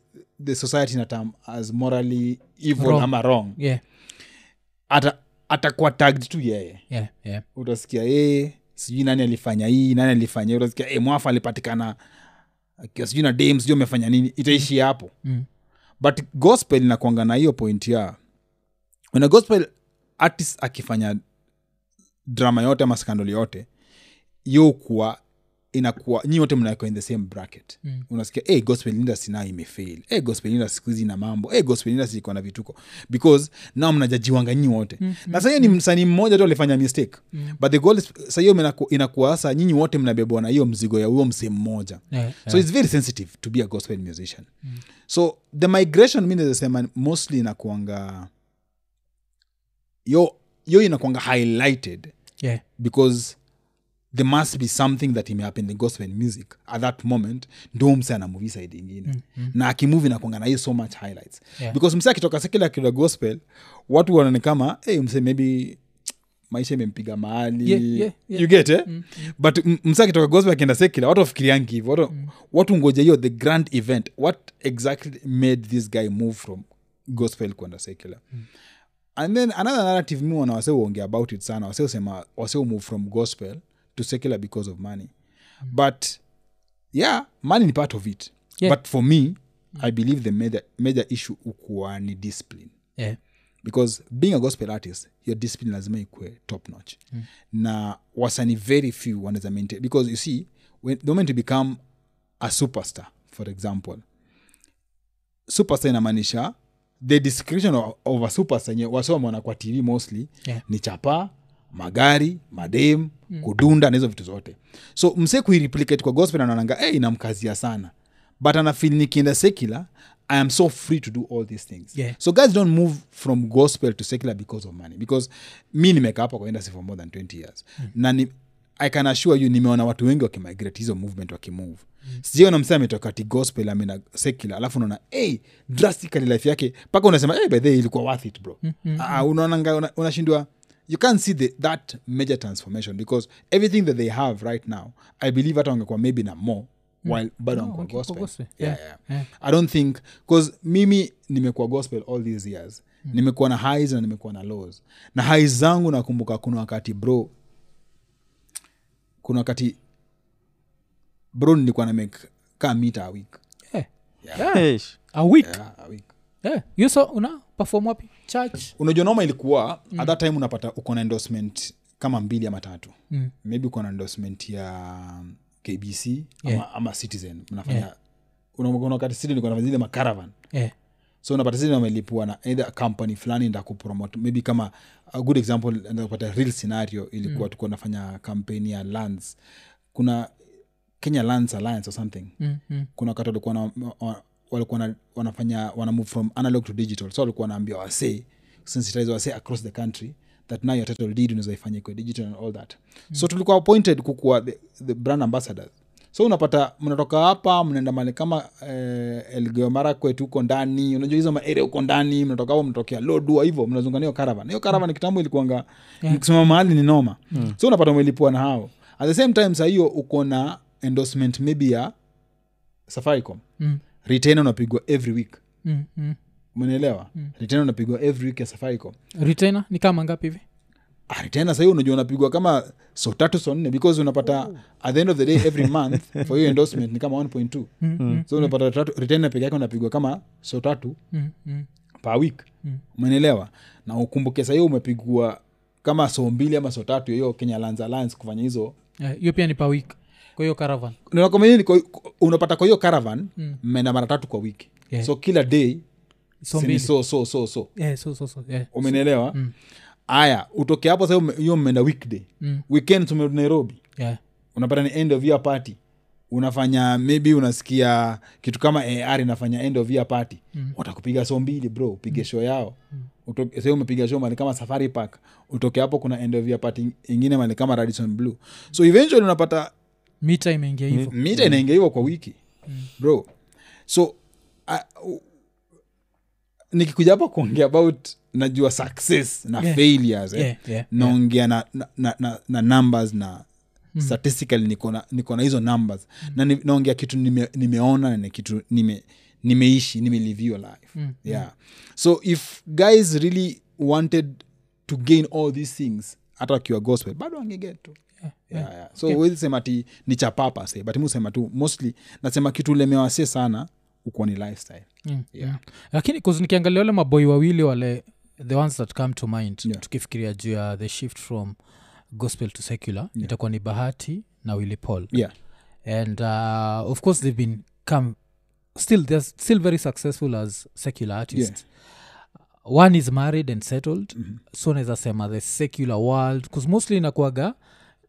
[SPEAKER 3] the society natam as morally evil
[SPEAKER 1] Wrong.
[SPEAKER 3] ama wrong
[SPEAKER 1] yeah,
[SPEAKER 3] ata atakuwa tagged tu yeye
[SPEAKER 1] yeah, yeah.
[SPEAKER 3] utasikia e sijui nani alifanya hii nani alifanya hii." utasikia e mwafa alipatikana akiwa sijui na dam sijui amefanya nini itaishi hapo
[SPEAKER 1] Mm.
[SPEAKER 3] but gospel inakwanga na hiyo point ya una gospel artist akifanya drama yote ama skandal yote yo kuwa inakuwa nyi wote mnawekwa in the same bracket mm. unasikia hey, gospel industry nayo imefail hey, gospel industry siku hizi ina mambo hey, gospel industry iko na vituko because nao mnajajiwanga nyi wote mm. na sahiyo ni msanii mmoja tu alifanya mistake mm. but the goal is- sahiyo inaku- inakuwa sasa nyinyi wote mnabebwa na hiyo mzigo ya huyo msee mmoja
[SPEAKER 1] Yeah,
[SPEAKER 3] so it's very sensitive to be a gospel musician mm. so the migration mi nazasema mostly inakuanga yo yo inakuanga highlighted
[SPEAKER 1] yeah.
[SPEAKER 3] because there must be something that imehappen in gospel music at that moment ndo mse ana movie side ingine mm-hmm. na akimuvi nakwanga na hiyo so much highlights
[SPEAKER 1] Mm, Yeah.
[SPEAKER 3] because mse akitoka sekila akila gospel watu wanaone kama hey, mse maybe maisha imempiga mahali
[SPEAKER 1] Yeah, yeah, yeah. Mm,
[SPEAKER 3] you get eh? mm-hmm. but m- mse akitoka gospel akienda sekila watu wafikiriangi hivo watu,
[SPEAKER 1] Mm.
[SPEAKER 3] mm-hmm. watu ngoja hiyo the grand event what exactly made this guy move from gospel kwenda secular and then another narrative mi wana wase uongea about it sana wase usema wase umove from gospel to secular because of money mm. but yeah money ni part of it
[SPEAKER 1] Yeah.
[SPEAKER 3] but for me i believe the major, major issue ukuwa ni discipline
[SPEAKER 1] yeah.
[SPEAKER 3] because being a gospel artist your discipline lazima ikue top notch mm. na wasani very few wanaweza maintain because you see when, the moment you become a superstar for example superstar inamaanisha the description of, of a superstar nye wasoma wanakuwa tv mostly
[SPEAKER 1] Yeah.
[SPEAKER 3] ni chapaa magari madem mm. kudunda na hizo vitu zote so mse kuireplicate kwa gospel anaonanga hey, inamkazia sana but anafil nikienda secular i am so free to do all these things
[SPEAKER 1] Yeah.
[SPEAKER 3] so guys don't move from gospel to secular because of money because mi nimekaa hapa kwa industry for more than 20 years mm. na ni, i can assure you nimeona watu wengi wakimigrate hizo movement wakimove mm. sijaona msee ametoka ti gospel amina secular alafu unaona hey, drastically life yake mpaka unasema hey, by the way, ilikuwa worth it bro mm-hmm. uh, unaonanga una- unashindwa you can't see the, that major transformation because everything that they have right now i believe hata wangekuwa maybe na more while bado wangekuwa
[SPEAKER 1] Mm. wangekuwa
[SPEAKER 3] gospel.
[SPEAKER 1] gospel.
[SPEAKER 3] Yeah,
[SPEAKER 1] Yeah,
[SPEAKER 3] yeah.
[SPEAKER 1] yeah.
[SPEAKER 3] i don't think bcause mimi nimekuwa gospel all these years mm. nimekuwa na highs na nimekuwa na lows na highs zangu nakumbuka kuna wakati bro kuna wakati bro nilikuwa na make kaa mita a week
[SPEAKER 1] yeah.
[SPEAKER 2] Eish.
[SPEAKER 1] a week
[SPEAKER 3] yeah, a week
[SPEAKER 1] yeah. you so una perform wapi church
[SPEAKER 3] unajua noma ilikuwa mm. at that time unapata uko na endorsement kama mbili ama tatu
[SPEAKER 1] Mm.
[SPEAKER 3] maybe uko na endorsement ya um, kbc ama,
[SPEAKER 1] Yeah.
[SPEAKER 3] ama citizen mnafanya yeah. unakati citizen uko na zile macaravan
[SPEAKER 1] yeah.
[SPEAKER 3] so unapata zile wamelipua na either company fulani nda kupromote maybe kama a good example napata real scenario ilikuwa mm. tukuwa nafanya kampeni ya lands kuna kenya lands alliance or something
[SPEAKER 1] mm, mm.
[SPEAKER 3] kuna wakati walikuwa na- wa- walikuwa na- wanafanya wana move from analog to digital so walikuwa wanaambia wasee sensitize wasee across the country that now your title deed unaweza ifanya ikuwe digital and all that mm. so tulikuwa appointed kukuwa the, the brand ambassadors so unapata mnatoka hapa mnaenda mali kama eh, elgeyo marakwet huko ndani unajua hizo maarea huko ndani mnatoka hapo mnatokea lodua hivyo mnazunga na hiyo caravan hiyo caravan kitambo ilikuanga mkisimama mahali ni noma so unapata umelipua na hao at the same time sahiyo uko na endorsement maybe ya safaricom
[SPEAKER 1] Mm.
[SPEAKER 3] retain unapigwa every week
[SPEAKER 1] Mm, mm.
[SPEAKER 3] umeelewa mm. retain unapigwa every week ya safaricom
[SPEAKER 1] retainer ni kama ngapi hivi
[SPEAKER 3] Ah, retainer sahii unajua unapigwa kama so tatu so nne because unapata
[SPEAKER 1] Oh.
[SPEAKER 3] at the end of the day every month for hiyo endorsement ni kama 1.2
[SPEAKER 1] mm.
[SPEAKER 3] so unapata tatu- retainer peke yake unapigwa kama so tatu
[SPEAKER 1] mm, mm.
[SPEAKER 3] per week umenelewa na ukumbuke sahii umepigwa kama so mbili ama so tatu ya hiyo kenya lands alliance kufanya hizo
[SPEAKER 1] Yeah, Eh, hiyo pia ni pa week kwa hiyo caravan
[SPEAKER 3] Nakwambia kwa- unapata kwa hiyo caravan mmeenda mara tatu kwa wiki
[SPEAKER 1] Mm. Yeah.
[SPEAKER 3] so kila day
[SPEAKER 1] so
[SPEAKER 3] si ni
[SPEAKER 1] mbili
[SPEAKER 3] so so so so
[SPEAKER 1] yeah, so, so, so, yeah.
[SPEAKER 3] umenelewa aya utoke hapo sa hiyo mmeenda weekday
[SPEAKER 1] Mm.
[SPEAKER 3] weekend tumerudi nairobi
[SPEAKER 1] Yeah.
[SPEAKER 3] unapata ni end of year party unafanya maybe unasikia kitu kama ar inafanya end of year party mm. watakupiga so mbili bro upige show yao Utoke- sasa umepiga show mali kama safari park utoke hapo kuna end of year party ingine mali kama radison blue so eventually unapata
[SPEAKER 1] mita imeingia hivo
[SPEAKER 3] mita inaingia hivyo kwa wiki bro so a- u- nikikuja hapa kuongea about najua success na
[SPEAKER 1] Yeah.
[SPEAKER 3] failures eh?
[SPEAKER 1] Yeah, yeah,
[SPEAKER 3] naongea na, na, na, na, na numbers na
[SPEAKER 1] Hmm.
[SPEAKER 3] mm. statistically niko na niko na hizo numbers mm. na ni- naongea kitu nime, nimeona na ni kitu nime, nimeishi nimelive hiyo life
[SPEAKER 1] Hmm,
[SPEAKER 3] mm. yeah so if guys really wanted to gain all these things hata akiwa gospel bado wangeget tu yeah, yeah. so huwezi sema ti ni cha papa se but mi husema tu mostly nasema kitu ulemewase sana ukuwa ni lifestyle
[SPEAKER 1] Mm, yeah. lakini 'cause nikiangalia wale maboi wawili wale the ones that come to mind
[SPEAKER 3] Yeah.
[SPEAKER 1] tukifikiria juu ya the shift from gospel to secular itakuwa ni bahati na willy paul
[SPEAKER 3] yeah
[SPEAKER 1] and uh, of course they've been come still they're still very successful as secular artists one is married and settled mm-hmm. so naweza sema the secular world bcause mostly inakuaga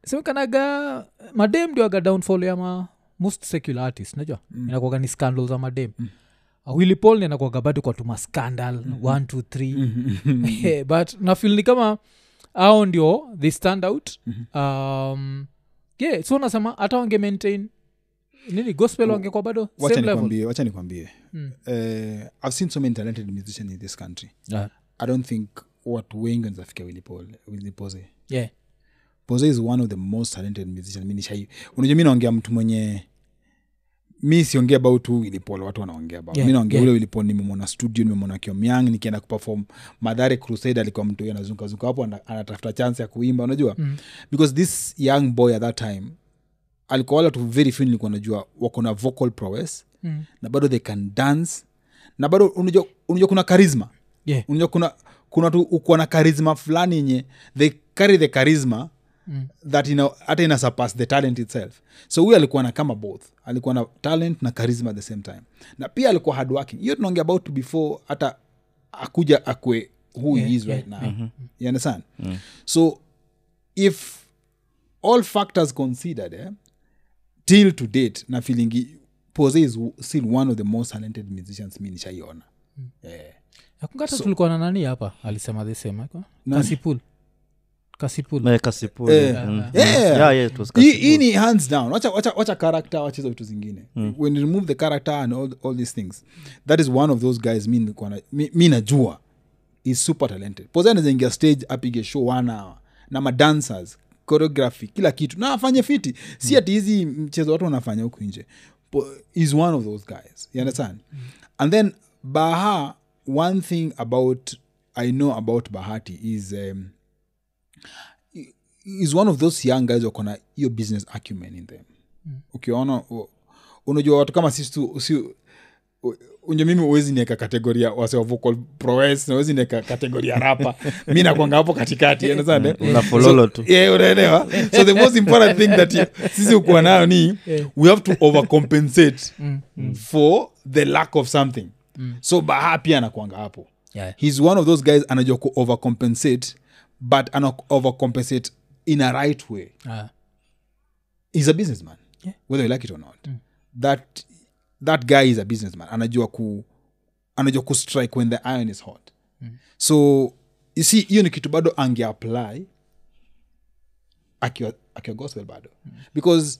[SPEAKER 1] semekanaga madem ndioaga downfall ya ma most secular artist najua mm. inakuaga ni scandal za madem mm willipol inakuaga bado kwa tuma scandal mm-hmm. one two three mm-hmm. but nafil ni kama ao ndio they stand out mm-hmm. um, yeah, so nasema hata wange maintain nini gospel wangekwa bado
[SPEAKER 3] wacha
[SPEAKER 1] same level Hmm.
[SPEAKER 3] nikwambie wacha nikwambie Eh, i've seen so many talented musicians in this country
[SPEAKER 1] yeah.
[SPEAKER 3] i don't think watu wengi wanazafikia wilipoze
[SPEAKER 1] Yeah.
[SPEAKER 3] poze is one of the most talented musician mi nishai unajua mi naongea mtu mwenye mi siongea about tu wilipol watu wanaongea about
[SPEAKER 1] Yeah,
[SPEAKER 3] mi naongea
[SPEAKER 1] yeah.
[SPEAKER 3] ule wilipol nimemwona studio nimemwona kiomyang nikienda kuperform madhare crusade alikuwa mtu anazungazunga hapo ana- anatafuta chance ya kuimba unajua mm. because this young boy at that time alikuwa wala tu very few nilikuwa najua wako na vocal prowess mm. na bado they can dance na bado unajua unajua kuna karisma
[SPEAKER 1] Yeah.
[SPEAKER 3] unajua kuna kuna tu ukuwa na karisma fulani yenye they carry the karisma mm. that ina, hata ina surpass the talent itself so huyu alikuwa na kama both alikuwa na talent na karisma at the same time na pia alikuwa hard working hiyo tunaongea about before hata akuja akwe who yeah, he is right now mm-hmm. you understand mm. so if all factors considered eh, till to date na feelingi pose is w- still one of the most talented musicians mi nishaiona Eh.
[SPEAKER 1] nakungata tulikuwa na nani hapa alisema the same like, kasipul kasipul
[SPEAKER 2] Eh, Kasipul, eh, mm. Yeah, yeah, it was
[SPEAKER 3] Hii-
[SPEAKER 2] Kasipul.
[SPEAKER 3] hii ni hands down wacha, wacha, wacha character wachiza vitu zingine when you remove the character and all, all these things that is one of those guys mi nilikuwa na- mi mi najua is super talented poza anaweza ingia stage apige show one hour na madancers choreography kila kitu na afanye fiti si ati hizi mchezo watu wanafanya huku nje Po- is one of those guys you understand and then baha one thing about i know about bahati is um, is one of those young guys wako na hiyo business acumen in them ukiona u- unajua watu kama sisi tu si u- unajua mimi uwezi nieka kategoria wasewa vocal prowess na uwezi nieka kategoria rapa mi nakwanga hapo katikati you understand, eh?
[SPEAKER 2] unafololo
[SPEAKER 3] So-
[SPEAKER 2] tu.
[SPEAKER 3] yeah, unaelewa so the most important thing that you, sisi ukuwa nayo ni we have to overcompensate
[SPEAKER 1] Mm,
[SPEAKER 3] for the lack of something so baha pia anakwanga hapo
[SPEAKER 1] Yeah.
[SPEAKER 3] he's one of those guys anajua ku overcompensate but ana overcompensate in a right way
[SPEAKER 1] Ah,
[SPEAKER 3] he's a businessman
[SPEAKER 1] Yeah. Mm.
[SPEAKER 3] whether you like it or not that that guy is a businessman anajua ku anajua ku strike when the iron is hot
[SPEAKER 1] Mm.
[SPEAKER 3] so you see hiyo ni kitu bado ange apply akiwa akiwa gospel bado because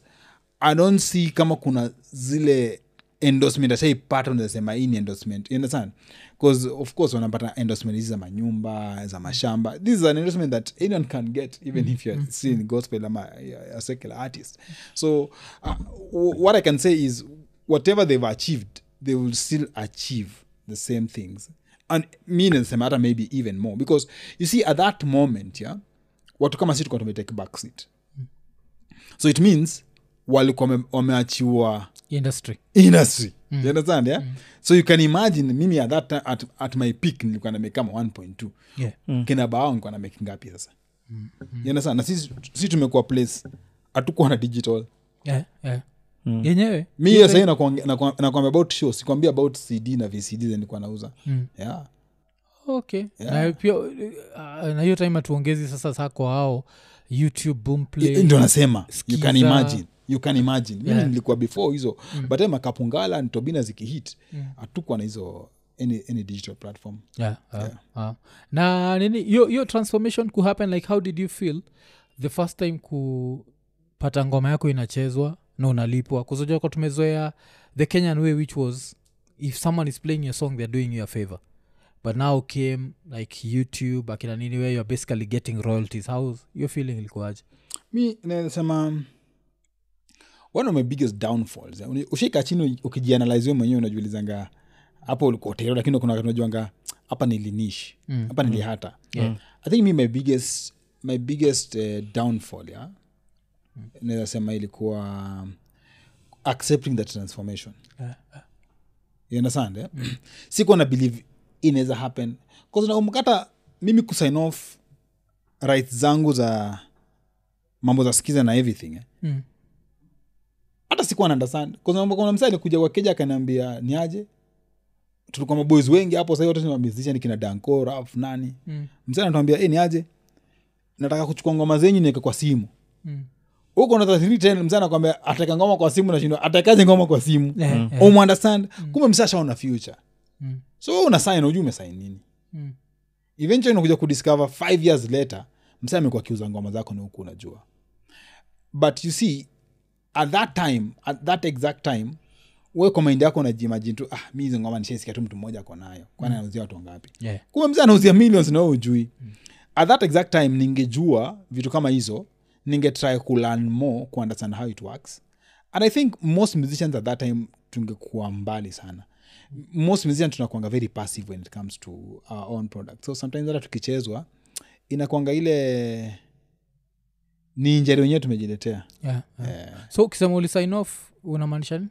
[SPEAKER 3] i don't see kama kuna zile endorsement ashaipata unazasema hii ni endorsement you understand because of course wanapata endorsement hizi za manyumba za mashamba this is an endorsement that anyone can get even if you're still in gospel ama you're a secular artist so uh, w- what i can say is whatever they've achieved they will still achieve the same things and mi nasema hata maybe even more because you see at that moment yeah watu kama si tulikuwa tumetake back seat so it means walikuwa wame- wameachiwa
[SPEAKER 1] industry
[SPEAKER 3] industry you understand yeah so you can imagine mimi at that time, at, at my peak nilikuwa na make kama 1.2
[SPEAKER 1] yeah.
[SPEAKER 3] kina bao nilikuwa na make ngapi sasa you understand na sisi si tumekuwa place hatukuwa na digital
[SPEAKER 1] Yeah, yeah. yenyewe
[SPEAKER 3] mi hiyo sahii nakuange- nakuwa- nakuambia about show sikwambia about cd na vcd zenilikuwa nauza yeah
[SPEAKER 1] okay na pia uh, na hiyo time atuongezi sasa sako ao youtube boomplay
[SPEAKER 3] ndio nasema you
[SPEAKER 1] Skiza.
[SPEAKER 3] can imagine you can imagine mimi nilikuwa before hizo mm. but makapungala ntobina zikihit hatukuwa na hizo any, any digital platform
[SPEAKER 1] yeah, uh, uh. na nini hiyo hiyo transformation kuhappen like how did you feel the first time kupata ngoma yako inachezwa na unalipwa kuzoja kwa tumezoea the kenyan way which was if someone is playing your song theyare doing you a favor but now came like youtube akina nini where youare basically getting royalties how your feeling ilikuwaje
[SPEAKER 3] mi nasema one of my biggest downfalls eh, uni- ushaika chini ukijianalyze we mwenyewe unajuilizanga hapo ulikuwa tayari, lakini kuna wakati unajuanga hapa nilinish hapa nilihata i think mi my biggest my biggest uh, downfall yeah? naweza sema ilikuwa um, accepting the transformation you understand eh? sikuwa na believe inaweza happen kanaumkata mimi kusign off rights zangu za mambo za skiza na everything eh?
[SPEAKER 1] Mm.
[SPEAKER 3] hata sikuwa na understand kuna msa alikuja kwa keja akaniambia niaje tulikuwa maboys wengi hapo sahii wote ni wamezisha ni kina danko raf nani mm. msa anatuambia e niaje nataka kuchukua ngoma zenyu niweke kwa simu
[SPEAKER 1] Mm.
[SPEAKER 3] huko natatiritn msa anakwambia ataweka ngoma kwa simu nashindwa atawekaje ngoma kwa simu
[SPEAKER 1] Eh, eh.
[SPEAKER 3] yeah. umeunderstand kumbe msa ashaona future
[SPEAKER 1] Mm.
[SPEAKER 3] so wewe una sign unajua umesign nini
[SPEAKER 1] Mm.
[SPEAKER 3] eventually unakuja kudiscover five years later msa amekuwa akiuza ngoma zako na huku unajua but you see at that time at that exact time we kwa maindi yako unajimajini tu ah mi hizi ngoma nishaisikia tu mtu mmoja ako nayo kwani anauzia watu wangapi
[SPEAKER 1] Mm. Yeah.
[SPEAKER 3] kumbe mzee anauzia millions na wewe hujui at that exact time ningejua vitu kama hizo ningetry kulearn more kuunderstand how it works and i think most musicians at that time tungekuwa mbali sana most musicians tunakuanga very passive when it comes to our own product so sometimes hata tukichezwa inakuanga ile ni injari wenyewe tumejiletea
[SPEAKER 1] Yeah, yeah. so ukisema ulisign off unamaanisha nini?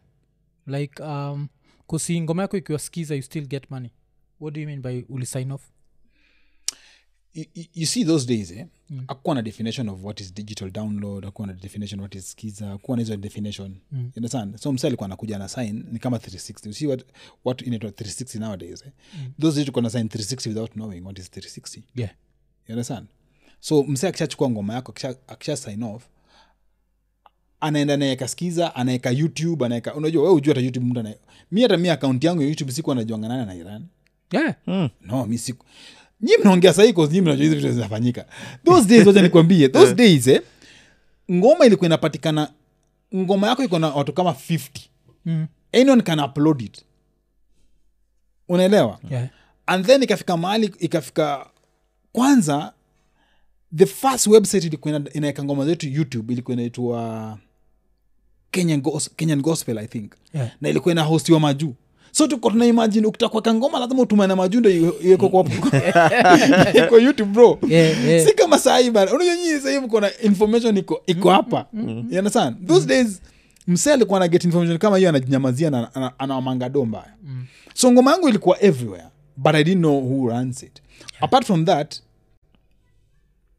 [SPEAKER 1] like um, kusi ngoma yako ikiwasikiza you still get money what do you mean by ulisign off
[SPEAKER 3] you, you- you see those days eh? mm. akuwa na definition of what is digital download akuwa na definition what is skiza akuwa na hizo definition mm. you understand so msa alikuwa anakuja na sign ni kama 360 you see what, what inaitwa 360 nowadays eh? mm. those days tulikuwa na sign 360 without knowing what is 360
[SPEAKER 1] yeah.
[SPEAKER 3] you understand so mse akishachukua ngoma yako akisha, akisha sign off anaenda naeka skiza anaeka youtube anaeka unajua we ujua hata youtube mtu ana- mi hata mi akaunti yangu ya youtube siku anajuanga nani na iran
[SPEAKER 1] Yeah.
[SPEAKER 3] no mi siku nyi mnaongea sahii nyi mnajua hizi vitu zinafanyika those days wacha nikwambie those days eh, ngoma ilikuwa inapatikana ngoma yako iko na watu kama 50
[SPEAKER 1] Mm.
[SPEAKER 3] anyone can upload it unaelewa
[SPEAKER 1] Yeah.
[SPEAKER 3] and then ikafika mahali ikafika kwanza the first website ilikuwa ina- inaeka ngoma zetu youtube ilikuwa inaitwa kenyan, Gos- kenyan gospel i think
[SPEAKER 1] Yeah.
[SPEAKER 3] na ilikuwa inahostiwa majuu so tuko tuna imagine ukitaka kuweka ngoma lazima utumane majuu ndo iweko kwa, kwa youtube bro
[SPEAKER 1] Yeah, yeah.
[SPEAKER 3] si kama sahii bana unajua nyinyi sahii mko na information iko iko
[SPEAKER 1] Mm-hmm.
[SPEAKER 3] hapa You understand? those days msee alikuwa ana get information kama hiyo anajinyamazia na ana- anawamangadoo mbaya
[SPEAKER 1] Mm.
[SPEAKER 3] so ngoma yangu ilikuwa everywhere but i didn't know who runs it apart from that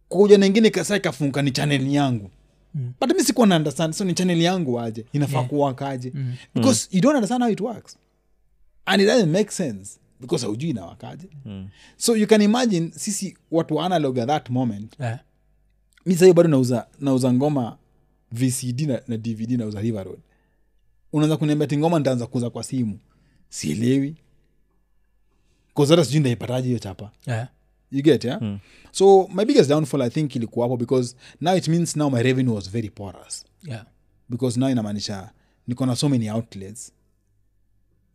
[SPEAKER 3] kuja naingine kasa ikafunga ni chaneli yangu
[SPEAKER 1] Mm.
[SPEAKER 3] but mi sikuwa na understand so ni chaneli yangu aje inafaa yeah. kuwakaje
[SPEAKER 1] Mm.
[SPEAKER 3] because you don't understand how it works and it doesn't make sense because haujui inawakaje so you can imagine sisi watu wa analog at that moment
[SPEAKER 1] Yeah.
[SPEAKER 3] mi sahii bado nauza nauza ngoma vcd na, na dvd nauza river road unaanza kuniambia ti ngoma nitaanza kuuza kwa simu sielewi kozata sijui ndaipataje hiyo chapa
[SPEAKER 1] Yeah.
[SPEAKER 3] you get yeah so my biggest downfall i think ilikuwa hapo because now it means now my revenue was very porous
[SPEAKER 1] Yeah.
[SPEAKER 3] because now inamaanisha niko na so many outlets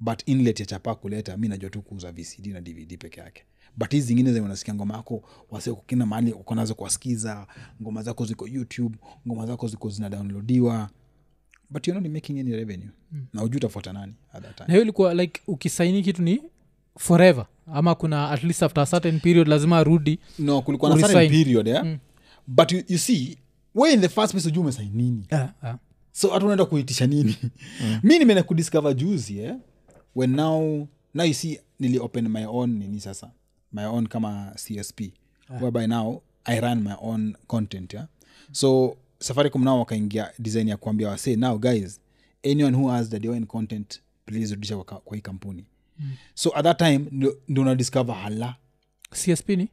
[SPEAKER 3] but inlet ya chapa kuleta mi najua tu kuuza vcd na dvd peke yake but hizi zingine zenye unasikia ngoma yako wase kukina mahali uko nazo kuwasikiza ngoma zako ziko youtube ngoma zako ziko zinadownloadiwa but you're not making any revenue na ujuu utafuata nani at that time
[SPEAKER 1] na hiyo ilikuwa like ukisaini kitu ni forever ama kuna at least after a certain period lazima arudi
[SPEAKER 3] no kulikuwa na
[SPEAKER 1] Uresign.
[SPEAKER 3] certain period yeah? but you, you see we in the first place ujuu umesain nini
[SPEAKER 1] yeah, yeah.
[SPEAKER 3] so hata unaenda kuitisha nini mm. mi nimeenda kudiscover juzi eh? when now now you see nili open my own nini sasa my own kama csp ah. whereby now i run my own content yeah? so safaricom now wakaingia design ya kuambia wasee now guys anyone who has the their own content please rudisha kwa, ka- kwa hii kampuni mm. so at that time ndo- ndo una discover hala
[SPEAKER 1] csp ni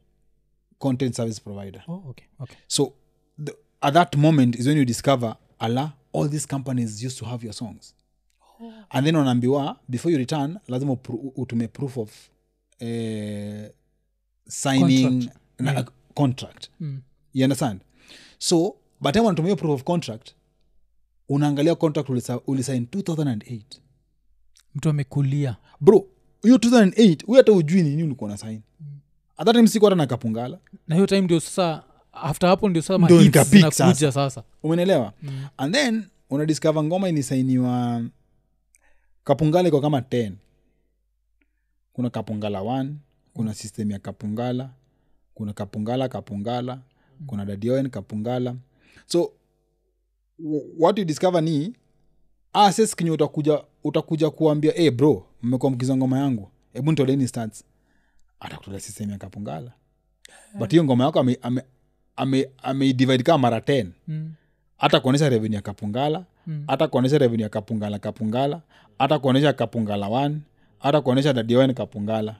[SPEAKER 3] content service provider
[SPEAKER 1] oh, okay, okay.
[SPEAKER 3] so the, at that moment is when you discover ala all these companies used to have your songs and then wanaambiwa before you return lazima upru- utume proof of eh, signing
[SPEAKER 1] Contract.
[SPEAKER 3] Na, contract
[SPEAKER 1] Mm.
[SPEAKER 3] you understand so but time wanatumia proof of contract unaangalia contract ulisa- ulisign 2008
[SPEAKER 1] mtu amekulia
[SPEAKER 3] bro hiyo 2008 huyo hata ujui ni nini ulikuwa na sign
[SPEAKER 1] Mm.
[SPEAKER 3] at that time siku hata nakapungala
[SPEAKER 1] na hiyo time ndio sasa after hapo ndio sasa
[SPEAKER 3] Ndio
[SPEAKER 1] mahits
[SPEAKER 3] ikapeak
[SPEAKER 1] zinakuja sasa
[SPEAKER 3] umenelewa mm. and then unadiscover ngoma ilisainiwa kapungale kwa kama 10 kuna kapungala 1 kuna system ya kapungala kuna kapungala kapungala kuna dadioen kapungala so w- what you discover ni ah, ases kenye utakuja utakuja kuambia hey bro mmekuwa mkiza ngoma yangu hebu ntoleni stats atakutolea system ya kapungala but hiyo ngoma yako ameidivide ame, ame, ameidivide kama mara 10
[SPEAKER 1] Mm.
[SPEAKER 3] hata kuonyesha revenue ya kapungala hata kuonyesha revenue ya kapungala kapungala hata kuonyesha kapungala 1 hata kuonyesha dadiwan kapungala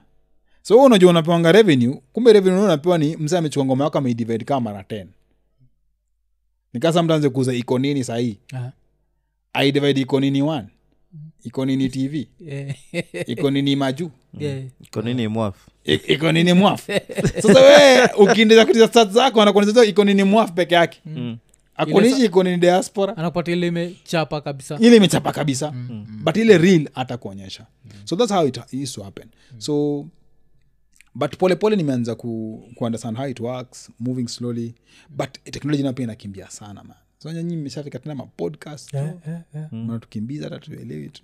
[SPEAKER 3] so wewe unajua unapewanga revenue kumbe revenue wewe unapewa ni mzee amechukua ngoma yako ameidivide kama mara 10 nikasa mtanze kuuza iko nini sahii
[SPEAKER 1] Ah.
[SPEAKER 3] aidivide iko nini 1 iko nini tv
[SPEAKER 1] Yeah.
[SPEAKER 3] iko nini majuu
[SPEAKER 1] Yeah.
[SPEAKER 2] Kwa nini mwafu
[SPEAKER 3] I- iko nini mwafu sasa wee ukiendelea kutia stats zako anakuonyesha iko nini mwafu peke yake
[SPEAKER 2] Mm.
[SPEAKER 3] akuonyeshi iko nini diaspora
[SPEAKER 1] anakupatia ile imechapa kabisa
[SPEAKER 3] ile imechapa kabisa mm. but ile real atakuonyesha so thats how it used to happen so but polepole nimeanza ku, ku understand how it works moving slowly but technology nayo pia inakimbia sana man so nyinyi mmeshafika tena mapodcast yeah, Mm. mnatukimbiza hata tuelewi tu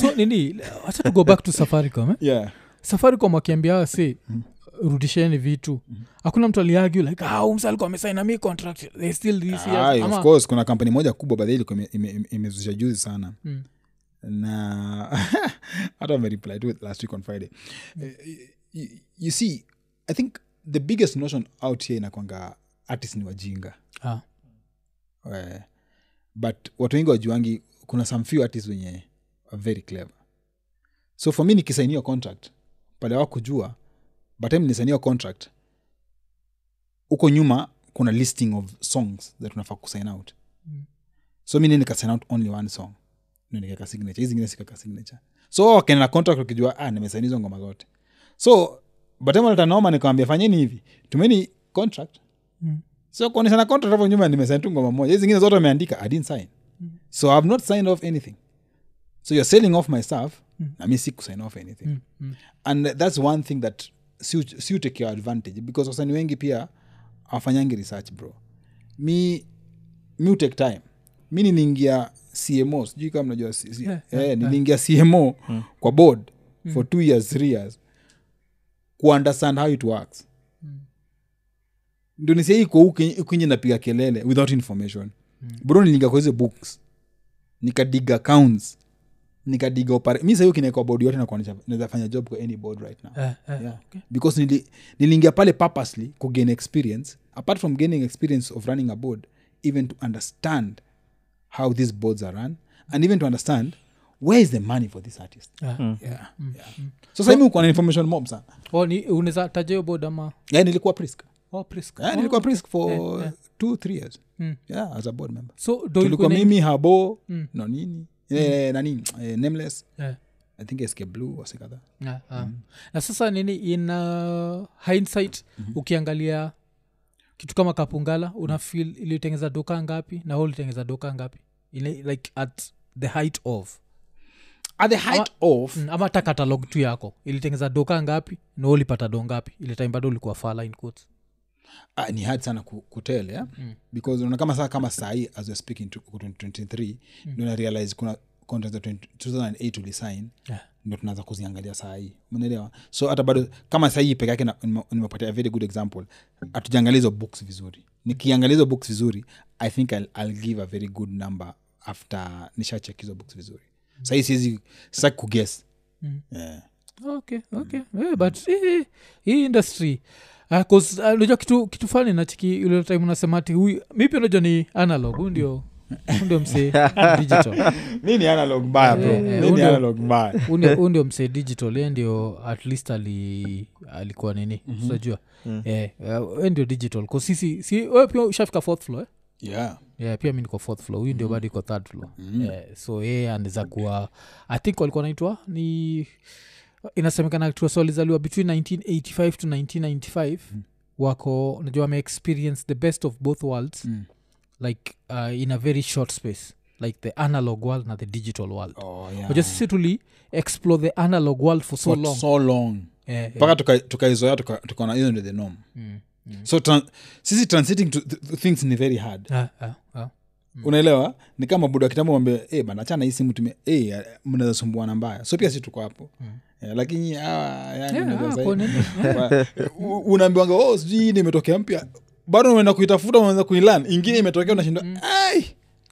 [SPEAKER 1] so nini hacha to go back to safaricom eh?
[SPEAKER 3] yeah.
[SPEAKER 1] safaricom wakiambia si
[SPEAKER 3] Hmm.
[SPEAKER 1] rudisheni vitu hakuna mtu aliagu like ah, huyu msee alikuwa amesaina mi contract they still this year."
[SPEAKER 3] Aye,
[SPEAKER 1] Ama-
[SPEAKER 3] Ah, of course kuna kampani moja kubwa badhi ilikuwa ime- ime- ime- imezusha juzi sana
[SPEAKER 1] Mm.
[SPEAKER 3] na hata wamereply to it last week on friday Eh, you, you see i think the biggest notion out here inakwanga artist ni wajinga
[SPEAKER 1] Ah,
[SPEAKER 3] Eh, but watu wengi wajuangi kuna some few artists wenye are very clever so for me nikisainiwa contract pale wakujua but time nisainiwa contract huko nyuma kuna listing of songs that unafaa kusign out so mi nikasign out only one song Ndio nikaweka signature hizi zingine sikaweka signature so wao wakaenda na contract wakijua ah nimesaini hizo ngoma zote so batema letanoma nikawambia fanyeni hivi tumeni contract so kuoneshana contract hapo nyuma nimesain tu ngoma moja hizi zingine zote wameandika i didn't sign
[SPEAKER 1] Mm-hmm.
[SPEAKER 3] so ihave not signed off anything so you're selling off my stuff
[SPEAKER 1] Mm-hmm.
[SPEAKER 3] na mi si kusign off anything and that's one thing that si si take your advantage because wasani wengi pia awafanyangi research bro mi mi utake time mi niliingia cmo sijui kama mnajua C- C-
[SPEAKER 1] Yeah, Mm.
[SPEAKER 3] eh, niliingia cmo kwa board for two years three years kuunderstand how it works ndo nisahii kwa ukinje napiga kelele without information bro niliingia kwa hizo books nikadiga accounts nikadiga opera- mi sahii ukinaekwa board yote nakuonyesha naweza fanya job kwa any board right now
[SPEAKER 1] ah, ah.
[SPEAKER 3] yeah. because nili, niliingia pale purposely kugain experience apart from gaining experience of running a board even to understand how these boards are run and even to understand where is the money for this artist
[SPEAKER 1] Ah,
[SPEAKER 3] yeah. Yeah. so sahimi uko na information mob sana
[SPEAKER 1] Oh, ni- unaweza taja hiyo board ama
[SPEAKER 3] yeah, nilikuwa prisk
[SPEAKER 1] oh, Prisca.
[SPEAKER 3] yeah, Eh, nilikuwa prisk for two three years
[SPEAKER 1] Mm.
[SPEAKER 3] yeah as a board member
[SPEAKER 1] so do
[SPEAKER 3] tulikuwa
[SPEAKER 1] ilikuwa ni-
[SPEAKER 3] mimi habo mm. nanini eh, nani eh, nameless
[SPEAKER 1] Eh,
[SPEAKER 3] i think sk blue wasekadha
[SPEAKER 1] ah, ah.
[SPEAKER 3] Hmm.
[SPEAKER 1] na sasa nini in uh, hindsight
[SPEAKER 3] Hmm.
[SPEAKER 1] ukiangalia kitu kama kapungala una feel ilitengeza doka ngapi na ho ilitengeza doka ngapi Ile- like at the height of
[SPEAKER 3] at the height Ah, of
[SPEAKER 1] Mm, ama hata katalog tu yako ilitengeza doka ngapi na wewe ulipata do ngapi ile time bado ulikuwa fala in quotes.
[SPEAKER 3] ah, ni hard sana ku- kutel yeah? mm. because unaona kama saa kama sahii as we're speaking to- ku 2023 mm. ndo na realize kuna contract za 20 2008 tulisign
[SPEAKER 1] Yeah.
[SPEAKER 3] ndo tunaanza kuziangalia sahii unaelewa so hata bado kama sahii peke yake na- nime- nimepatia a very good example hatujaangalia hizo books vizuri nikiangalia hizo books vizuri i think I'll, I'll give a very good number after nishachek hizo books vizuri sahii siwezi sa kuges
[SPEAKER 1] Mm.
[SPEAKER 3] yeah.
[SPEAKER 1] okay okay Eh, but hii- hii industry Ah, 'cause, ah, unajua kitu kitu fani nachiki ile time unasema ati huyu mi pia unajua ni analog huyu ndio huyu ndio msee digital
[SPEAKER 3] mi ni analog mbaya bro
[SPEAKER 1] Eh, eh,
[SPEAKER 3] mi ni
[SPEAKER 1] undio-
[SPEAKER 3] analog mbaya
[SPEAKER 1] Huyu ndio- huyu ndio msee digital ye ndio at least ali, alikuwa nini unajua eh, eh, ye ndio digital 'Cause sisi si wewe pia ushafika fourth floor eh?
[SPEAKER 3] yeah.
[SPEAKER 1] yeah, pia mi niko fourth floor huyu
[SPEAKER 3] Mm.
[SPEAKER 1] ndio bado iko third floor yeah, so yeye yeah, anaweza kuwa i think walikuwa naitwa ni inasemekana tu so walizaliwa between 1985 to 1995 mm. wako najua wameexperience the best of both worlds
[SPEAKER 3] Mm.
[SPEAKER 1] like uh, in a very short space like the analog world na the digital world
[SPEAKER 3] Oh, yeah.
[SPEAKER 1] Unajua sisi tuli explore the analog world for so
[SPEAKER 3] For
[SPEAKER 1] long
[SPEAKER 3] so long
[SPEAKER 1] Eh, eh,
[SPEAKER 3] mpaka tuka- tukaizoea tuka- tukaona hiyo ndio the norm
[SPEAKER 1] mm.
[SPEAKER 3] so tran- sisi transiting to th- th- things ni very hard
[SPEAKER 1] Ah, ah, ah.
[SPEAKER 3] unaelewa ni "Eh, kama buda kitambo wambe e bana chana hii simu tume e mnaweza sumbuana mbaya so pia si tuko hapo Yeah, lakini hawa Yanga
[SPEAKER 1] Mm. Yeah, ah,
[SPEAKER 3] unajua
[SPEAKER 1] hawa
[SPEAKER 3] sahii,
[SPEAKER 1] kuone-
[SPEAKER 3] wa- u- unaambiwanga oh sijui hii imetokea mpya bado unaenda kuitafuta unaanza kuilan ingine imetokea unashindwa
[SPEAKER 1] Mm.
[SPEAKER 3] ai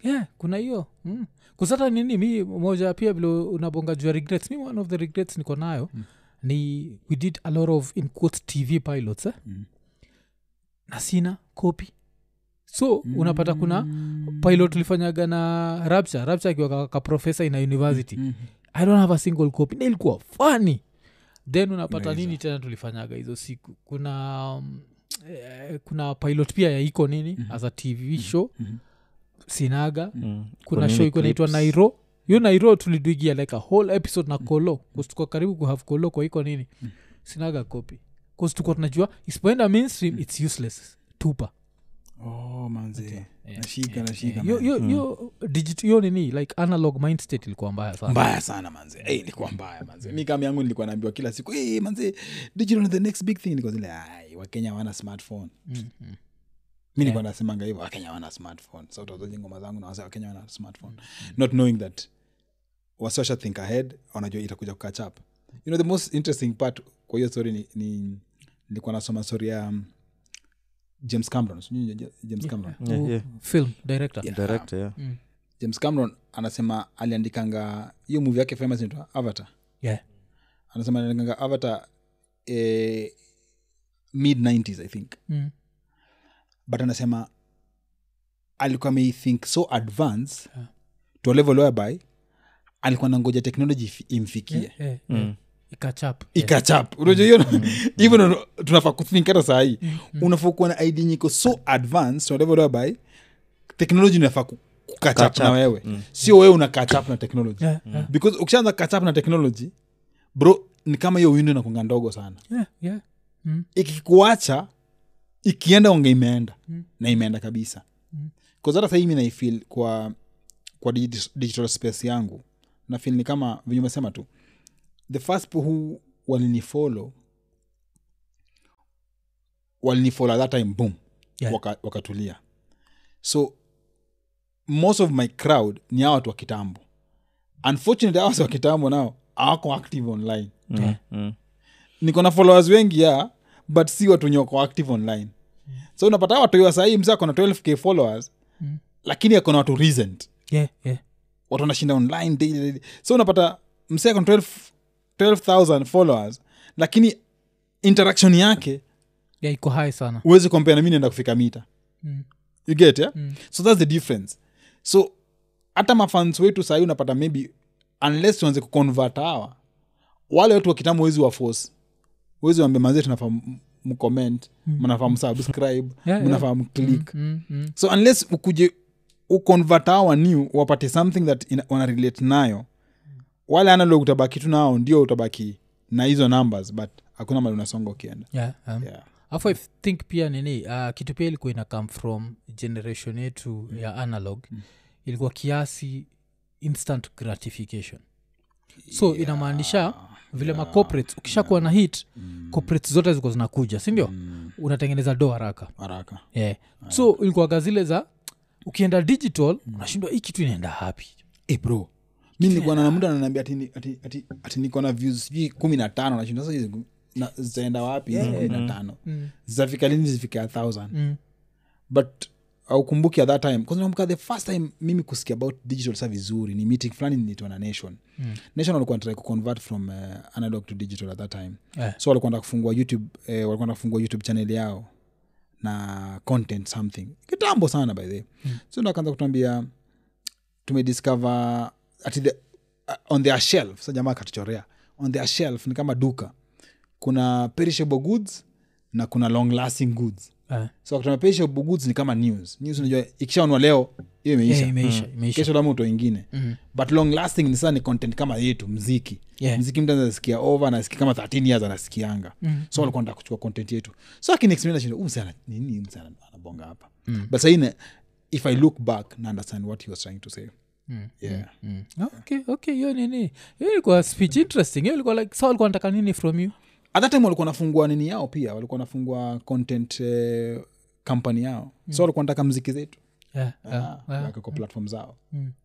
[SPEAKER 1] yeah, kuna hiyo mm. kusata nini mi moja pia vile unabonga juu ya regrets mi one of the regrets niko nayo mm. ni we did a lot of in quotes, tv pilots eh? mm. na sina copy so mm. unapata kuna
[SPEAKER 3] Mm.
[SPEAKER 1] pilot tulifanyaga na rapture rapture akiwa ka- ka profesa ina university mm.
[SPEAKER 3] Mm-hmm.
[SPEAKER 1] i don't have a single copy na ilikuwa funny then unapata
[SPEAKER 3] Nice.
[SPEAKER 1] nini tena tulifanyaga hizo siku kuna um, eh, kuna pilot pia ya iko nini mm-hmm. as a tv show mm-hmm. sinaga
[SPEAKER 2] Mm.
[SPEAKER 1] kuna
[SPEAKER 2] nini
[SPEAKER 1] show iko inaitwa
[SPEAKER 2] clips?
[SPEAKER 1] nairo hiyo nairo tuliduigia like a whole episode na kolo kustuka karibu kuhave kolo kwa iko nini sinaga copy bcause tuko tunajua isipoenda mainstream its useless tupa
[SPEAKER 3] oh manze nashika nashika
[SPEAKER 1] Yo- yo-
[SPEAKER 3] man.
[SPEAKER 1] yo digit- yo nini like analog mind state ilikuwa mbaya sana
[SPEAKER 3] mbaya sana manze hey, ilikuwa mbaya manze mi kama yangu nilikuwa naambiwa kila siku hey, manze digital is the next big thing nilikuwa zile ai wakenya wana smartphone
[SPEAKER 1] Mhm.
[SPEAKER 3] mi nilikuwa nasemanga hivyo wakenya wana smartphone so utazaji ngoma zangu na wase wakenya wana smartphone not knowing that wasosha think ahead wanajua itakuja kukach up you know the most interesting part kwa hiyo story ni, ni nilikuwa nasoma story ya um, james cameron sijui james cameron
[SPEAKER 2] Yeah,
[SPEAKER 1] Who-
[SPEAKER 2] yeah.
[SPEAKER 1] film director
[SPEAKER 3] Yeah.
[SPEAKER 2] Director, yeah.
[SPEAKER 3] james cameron anasema aliandikanga hiyo movie yake famous inaitwa avatar
[SPEAKER 1] Yeah.
[SPEAKER 3] anasema aliandikanga avatar eh, mid 90s i think
[SPEAKER 1] Mm.
[SPEAKER 3] but anasema alikuwa ameithink so advance
[SPEAKER 1] Yeah.
[SPEAKER 3] to a level whereby alikuwa nangoja technology ifi- imfikie
[SPEAKER 1] Yeah, yeah, yeah.
[SPEAKER 2] Mm.
[SPEAKER 1] Ikachap. Yeah. Mm-hmm.
[SPEAKER 3] ikachap unajua hiyo hivyo ndo tunafaa kuthink hata sahii unafaa kuwa na id nyiko so advance to a level whereby technology inafaa ku- kukachap
[SPEAKER 2] Catch
[SPEAKER 3] na
[SPEAKER 2] up.
[SPEAKER 3] wewe sio wewe una kachap na technology
[SPEAKER 1] Mm. Yeah, yeah,
[SPEAKER 3] because ukishaanza kachap na technology bro ni kama hiyo windo inakunga ndogo sana
[SPEAKER 1] yeah, yeah. Mm.
[SPEAKER 3] ikikuacha ikienda onge imeenda mm. na imeenda kabisa
[SPEAKER 1] Mm.
[SPEAKER 3] mm. hata sahii mi naifil kwa kwa digi- digital space yangu nafil ni kama venye umesema tu the first people who walinifolo walinifolo at that time boom
[SPEAKER 1] Yeah.
[SPEAKER 3] waka, wakatulia so most of my crowd ni hawa watu wa kitambo unfortunately hawa watu wa kitambo nao hawako active online
[SPEAKER 2] Mm, mm.
[SPEAKER 3] niko na followers wengi ya but si watu wenye wako active online so unapata watoiwa sahii msa akona 12k followers
[SPEAKER 1] Mm.
[SPEAKER 3] lakini akona watu recent
[SPEAKER 1] Yeah, yeah.
[SPEAKER 3] watu wanashinda online daily, daily. so unapata msa akona 12 12000 followers lakini interaction yake
[SPEAKER 1] Yeah, iko hai sana
[SPEAKER 3] huwezi kompea nami naenda kufika mita
[SPEAKER 1] Mm.
[SPEAKER 3] you get yeah?
[SPEAKER 1] Mm.
[SPEAKER 3] so thats the difference so hata mafans wetu sahii unapata maybe unless tuanze kuconvert hawa wale watu wa kitambo wezi wa force wezi wambe manzie tunafaa m- mcomment mnafaa msubscribe
[SPEAKER 1] Mm. yeah.
[SPEAKER 3] mnafaa mclik
[SPEAKER 1] Mm, mm.
[SPEAKER 3] so unless ukuje uconvert hawa new wapate something that ina- wanarelate nayo wale analog utabaki tu nao ndio utabaki na hizo numbers but hakuna mali unasonga ukienda
[SPEAKER 1] Yeah, um.
[SPEAKER 3] yeah.
[SPEAKER 1] afu i think pia nini uh, kitu pia ilikuwa ina come from generation yetu mm. ya analog mm. ilikuwa kiasi instant gratification so yeah. inamaanisha vile yeah. macorporates ukishakuwa yeah. na hit mm. corporates zote ziko zinakuja sindio mm. unatengeneza do haraka
[SPEAKER 3] haraka
[SPEAKER 1] yeah. so ilikuwaga zile za ukienda digital mm. Eh, unashindwa hii kitu inaenda hapi
[SPEAKER 3] hey bro mi nilikuwa na muda ananiambia ati, ni- ati, ati, ati niko na views sijui kumi na tano nashinda sasa hizi gu- na- zitaenda wapi hizi kumi na tano zitafika lini zifike a thousand
[SPEAKER 1] Mm.
[SPEAKER 3] but aukumbuki at that time kwanza nakumbuka the first time mimi kusikia about digital sa vizuri ni meeting fulani nilitoa na nation mm. nation walikuwa natrai kuconvert from uh, analog to digital at that time
[SPEAKER 1] Eh.
[SPEAKER 3] so walikuwa nataka kufungua youtube eh, walikuwa nataka kufungua youtube channel yao na content something kitambo sana by the way mm. so ndo akaanza kutuambia tumediscover ati the, uh, on their shelf sa jamaa akatuchorea on their shelf ni kama duka kuna perishable goods na kuna long lasting goods
[SPEAKER 1] Eh.
[SPEAKER 3] so akutana perishable goods ni kama news news unajua ikishaonwa leo hiyo imeisha
[SPEAKER 1] Yeah, imeisha Mm. imeisha
[SPEAKER 3] kesho labda uto ingine mm. but long lasting ni sana ni content kama yetu mziki
[SPEAKER 1] Yeah.
[SPEAKER 3] mziki mtu anasikia over anasikia kama 13 years anasikianga mm. so walikuwa nataka kuchukua content yetu so akiniexplain shinda huyu msana nini huyu msana anabonga hapa mm. but sahine if i look back na understand what he was trying to say
[SPEAKER 1] Mm.
[SPEAKER 3] yeah
[SPEAKER 1] Mm. okay okay hiyo nini hiyo ilikuwa speech interesting hiyo ilikuwa like sa walikuwa nataka nini from you
[SPEAKER 3] at that time walikuwa wanafungua nini yao pia walikuwa wanafungua content eh, company yao mm. so walikuwa wanataka mziki zetu
[SPEAKER 1] yeah, yeah,
[SPEAKER 3] Ah,
[SPEAKER 1] yeah.
[SPEAKER 3] waweke kwa platform zao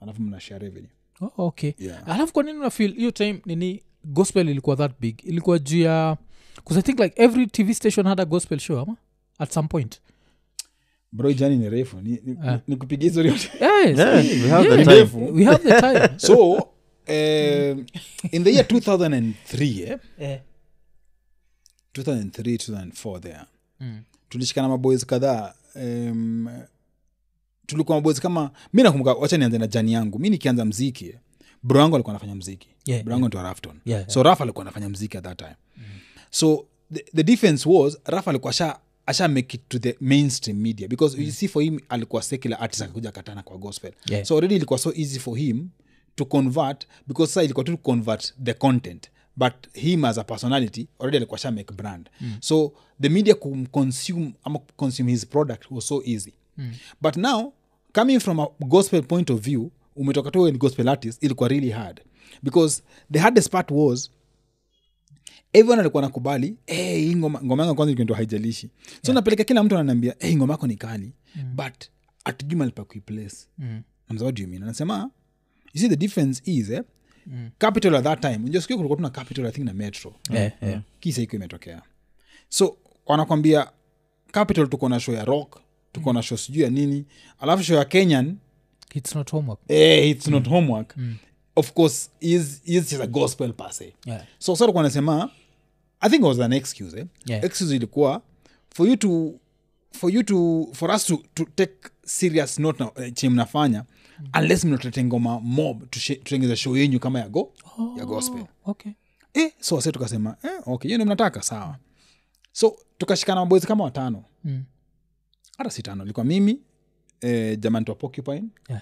[SPEAKER 3] alafu mnashare revenue
[SPEAKER 1] Oh, okay
[SPEAKER 3] Yeah.
[SPEAKER 1] alafu kwa nini unafil hiyo time nini gospel ilikuwa that big ilikuwa juu ya bcause i think like every tv station had a gospel show ama at some point
[SPEAKER 3] bro jani ni refu ni, ni,
[SPEAKER 1] Ah.
[SPEAKER 3] ni kupigia hizo yote
[SPEAKER 1] yes,
[SPEAKER 2] Yeah, we have the
[SPEAKER 3] Ni
[SPEAKER 2] time.
[SPEAKER 3] refu.
[SPEAKER 1] we have the time
[SPEAKER 3] so um, in the year 2003 eh? 2003 2004 there
[SPEAKER 1] Mm.
[SPEAKER 3] tulishikana maboys kadhaa um, tulikuwa maboys kama mi nakumbuka wacha nianze na jani yangu mi nikianza mziki bro yangu alikuwa anafanya mziki
[SPEAKER 1] Yeah,
[SPEAKER 3] bro yangu yeah. rafton
[SPEAKER 1] Yeah, yeah.
[SPEAKER 3] so raf alikuwa anafanya mziki at that time mm. so the, the difference was raf alikuwa asha asha make it to the mainstream media because mm. you see for him alikuwa secular artist akakuja katana kwa gospel
[SPEAKER 1] Yeah.
[SPEAKER 3] so already ilikuwa so easy for him to convert because sa ilikuwa tu convert the content but him as a personality already alikuwa sha make brand mm. so the media kumconsume ama consume his product was so easy mm. but now coming from a gospel point of view umetoka tu wewe ni gospel artist ilikuwa really hard because the hardest part was everyone alikuwa nakubali hey, hii ngoma, ngoma yangu ya kwanza ilikuwa ndo haijalishi so napeleka kila mtu ananiambia hey, ngoma yako ni kali mm. but hatujui mahali pa kuiplace mm. amzawajumin anasema you see the difference is eh, mm. capital at that time unjosikia kulikuwa tuna capital i think na metro Mm.
[SPEAKER 1] Yeah, yeah.
[SPEAKER 3] kisa iko imetokea so wanakwambia capital tuko na show ya rock tuko na show sijuu ya nini alafu show ya kenyan
[SPEAKER 1] it's not homework
[SPEAKER 3] eh, its not homework of course is, is just a gospel per se
[SPEAKER 1] Yeah.
[SPEAKER 3] so sasa alikuwa anasema i think it was an excuse eh?
[SPEAKER 1] Yeah.
[SPEAKER 3] excuse ilikuwa for you to for you to for us to, to take serious note na eh, chenye mnafanya
[SPEAKER 1] Mhm.
[SPEAKER 3] unless mnatete ngoma mob tushe- tutengeze show yenyu kama ya
[SPEAKER 1] Oh.
[SPEAKER 3] go ya gospel
[SPEAKER 1] okay
[SPEAKER 3] eh, so wase tukasema eh, okay hiyo ndio mnataka sawa so tukashikana maboezi kama watano
[SPEAKER 1] Mm.
[SPEAKER 3] hata si tano ilikuwa mimi eh, jamanitwa pocupine
[SPEAKER 1] Yeah.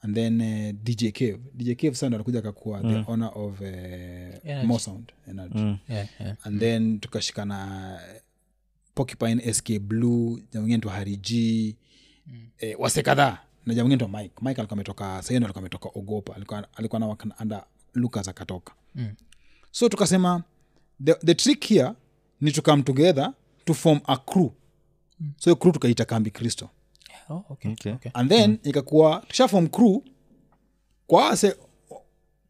[SPEAKER 3] and then eh, dj cave dj cave sound alikuja akakuwa mm. the owner of eh,
[SPEAKER 1] Energy.
[SPEAKER 3] more sound energy mm.
[SPEAKER 1] yeah, yeah.
[SPEAKER 3] and then tukashikana pocupine sk blue jamwingine twa hariji mm. eh, wase kadhaa na jamwingine twa mike mike alikuwa ametoka sahindo alikuwa ametoka ogopa alikuwa, alikuwa na wakanda lucas akatoka
[SPEAKER 1] Mm.
[SPEAKER 3] so tukasema the, the trick here ni to come together to form a crew mm. so hiyo crew tukaita kambi kristo
[SPEAKER 1] Oh, okay,
[SPEAKER 2] Okay.
[SPEAKER 1] okay.
[SPEAKER 3] and then mm. ikakuwa tusha form crew kwa wase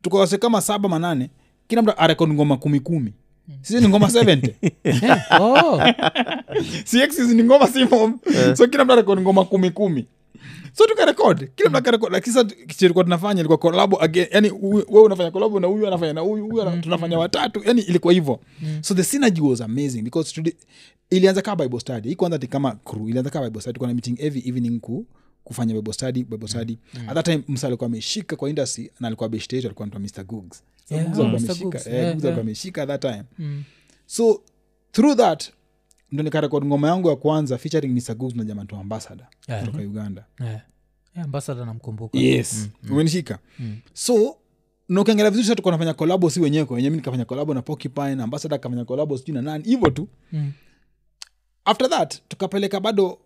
[SPEAKER 3] tukawase kama saba manane kila mtu arekod ngoma kumi kumi sisi ni ngoma 70
[SPEAKER 1] Yeah. Oh,
[SPEAKER 3] si exis ni ngoma si mom so kila mtu arekod ngoma kumi kumi so tukarekod kila mtu akarekod lakini sasa kichilikuwa tunafanya ilikuwa kolabo again yani we unafanya kolabo na huyu anafanya na huyu huyu ana-
[SPEAKER 1] Mm-hmm.
[SPEAKER 3] tunafanya watatu yani ilikuwa hivyo
[SPEAKER 1] Mm.
[SPEAKER 3] so the synergy was amazing because tuli, ilianza kaa bible study hii kwanza ti kama crew ilianza kaa bible study tulikuwa na meeting every evening ku kufanya bible study bible study
[SPEAKER 1] Mm.
[SPEAKER 3] at that time msa alikuwa ameshika kwa industry na alikuwa beshte yetu alikuwa anaitwa mr googs So
[SPEAKER 1] Yeah,
[SPEAKER 3] Googs alikuwa
[SPEAKER 1] Mr.
[SPEAKER 3] ameshika-
[SPEAKER 1] Googs,
[SPEAKER 3] eh,
[SPEAKER 1] yeah,
[SPEAKER 3] Googs
[SPEAKER 1] yeah.
[SPEAKER 3] alikuwa ameshika at that time
[SPEAKER 1] Mm.
[SPEAKER 3] so through that ndo nikarekod ngoma yangu ya kwanza featuring mr googs na jamantu ambassador
[SPEAKER 1] Yeah.
[SPEAKER 3] kutoka uganda
[SPEAKER 1] yeah. Yeah, ambassador namkumbuka
[SPEAKER 3] yes umenishika so na ukiangalia vizuri sasa tuko nafanya kolabo si wenyewe kwa wenyewe mi nikafanya kolabo na pokipine ambasada kafanya kolabo sijui na nani hivyo tu
[SPEAKER 1] Mm.
[SPEAKER 3] after that tukapeleka bado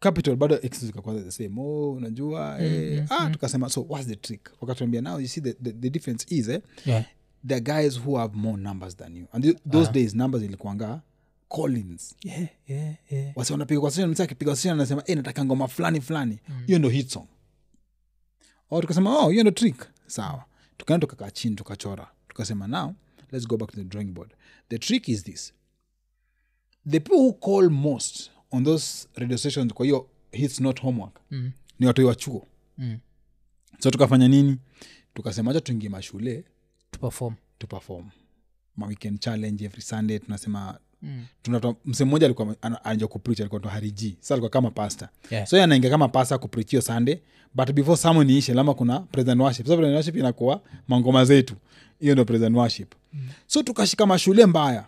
[SPEAKER 3] capital bado excuse ikakuwa the same oh unajua eh, ah tukasema so what's the trick wakatuambia now you see the, the, the difference is eh,
[SPEAKER 1] Yeah.
[SPEAKER 3] the guys who have more numbers than you and th- those days numbers ilikuanga collins
[SPEAKER 1] Yeah, yeah, yeah.
[SPEAKER 3] wasi wanapiga kwa station msa akipiga station anasema hey, nataka ngoma fulani fulani
[SPEAKER 1] Mm.
[SPEAKER 3] hiyo ndo hit song o tukasema oh hiyo ndo trick sawa tukaenda tukakaa chini tukachora tukasema now let's go back to the drawing board the trick is this the people who call most on those radio stations kwa hiyo hits not homework
[SPEAKER 1] Mm.
[SPEAKER 3] ni watoi wa chuo
[SPEAKER 1] Mm.
[SPEAKER 3] so tukafanya nini tukasema hacha tuingie mashule
[SPEAKER 1] To perform.
[SPEAKER 3] tuperform ma weekend challenge every sunday tunasema mm. msee mmoja alikuwa ana- anaja kupreach alikuwa toa hariji sa alikuwa kama pasta
[SPEAKER 1] Yeah.
[SPEAKER 3] so yeye anaingia kama pasta kupreach hiyo sunday but before samon iishe lama kuna president worship so president worship inakuwa mangoma zetu hiyo ndio president worship mm. so tukashika mashule mbaya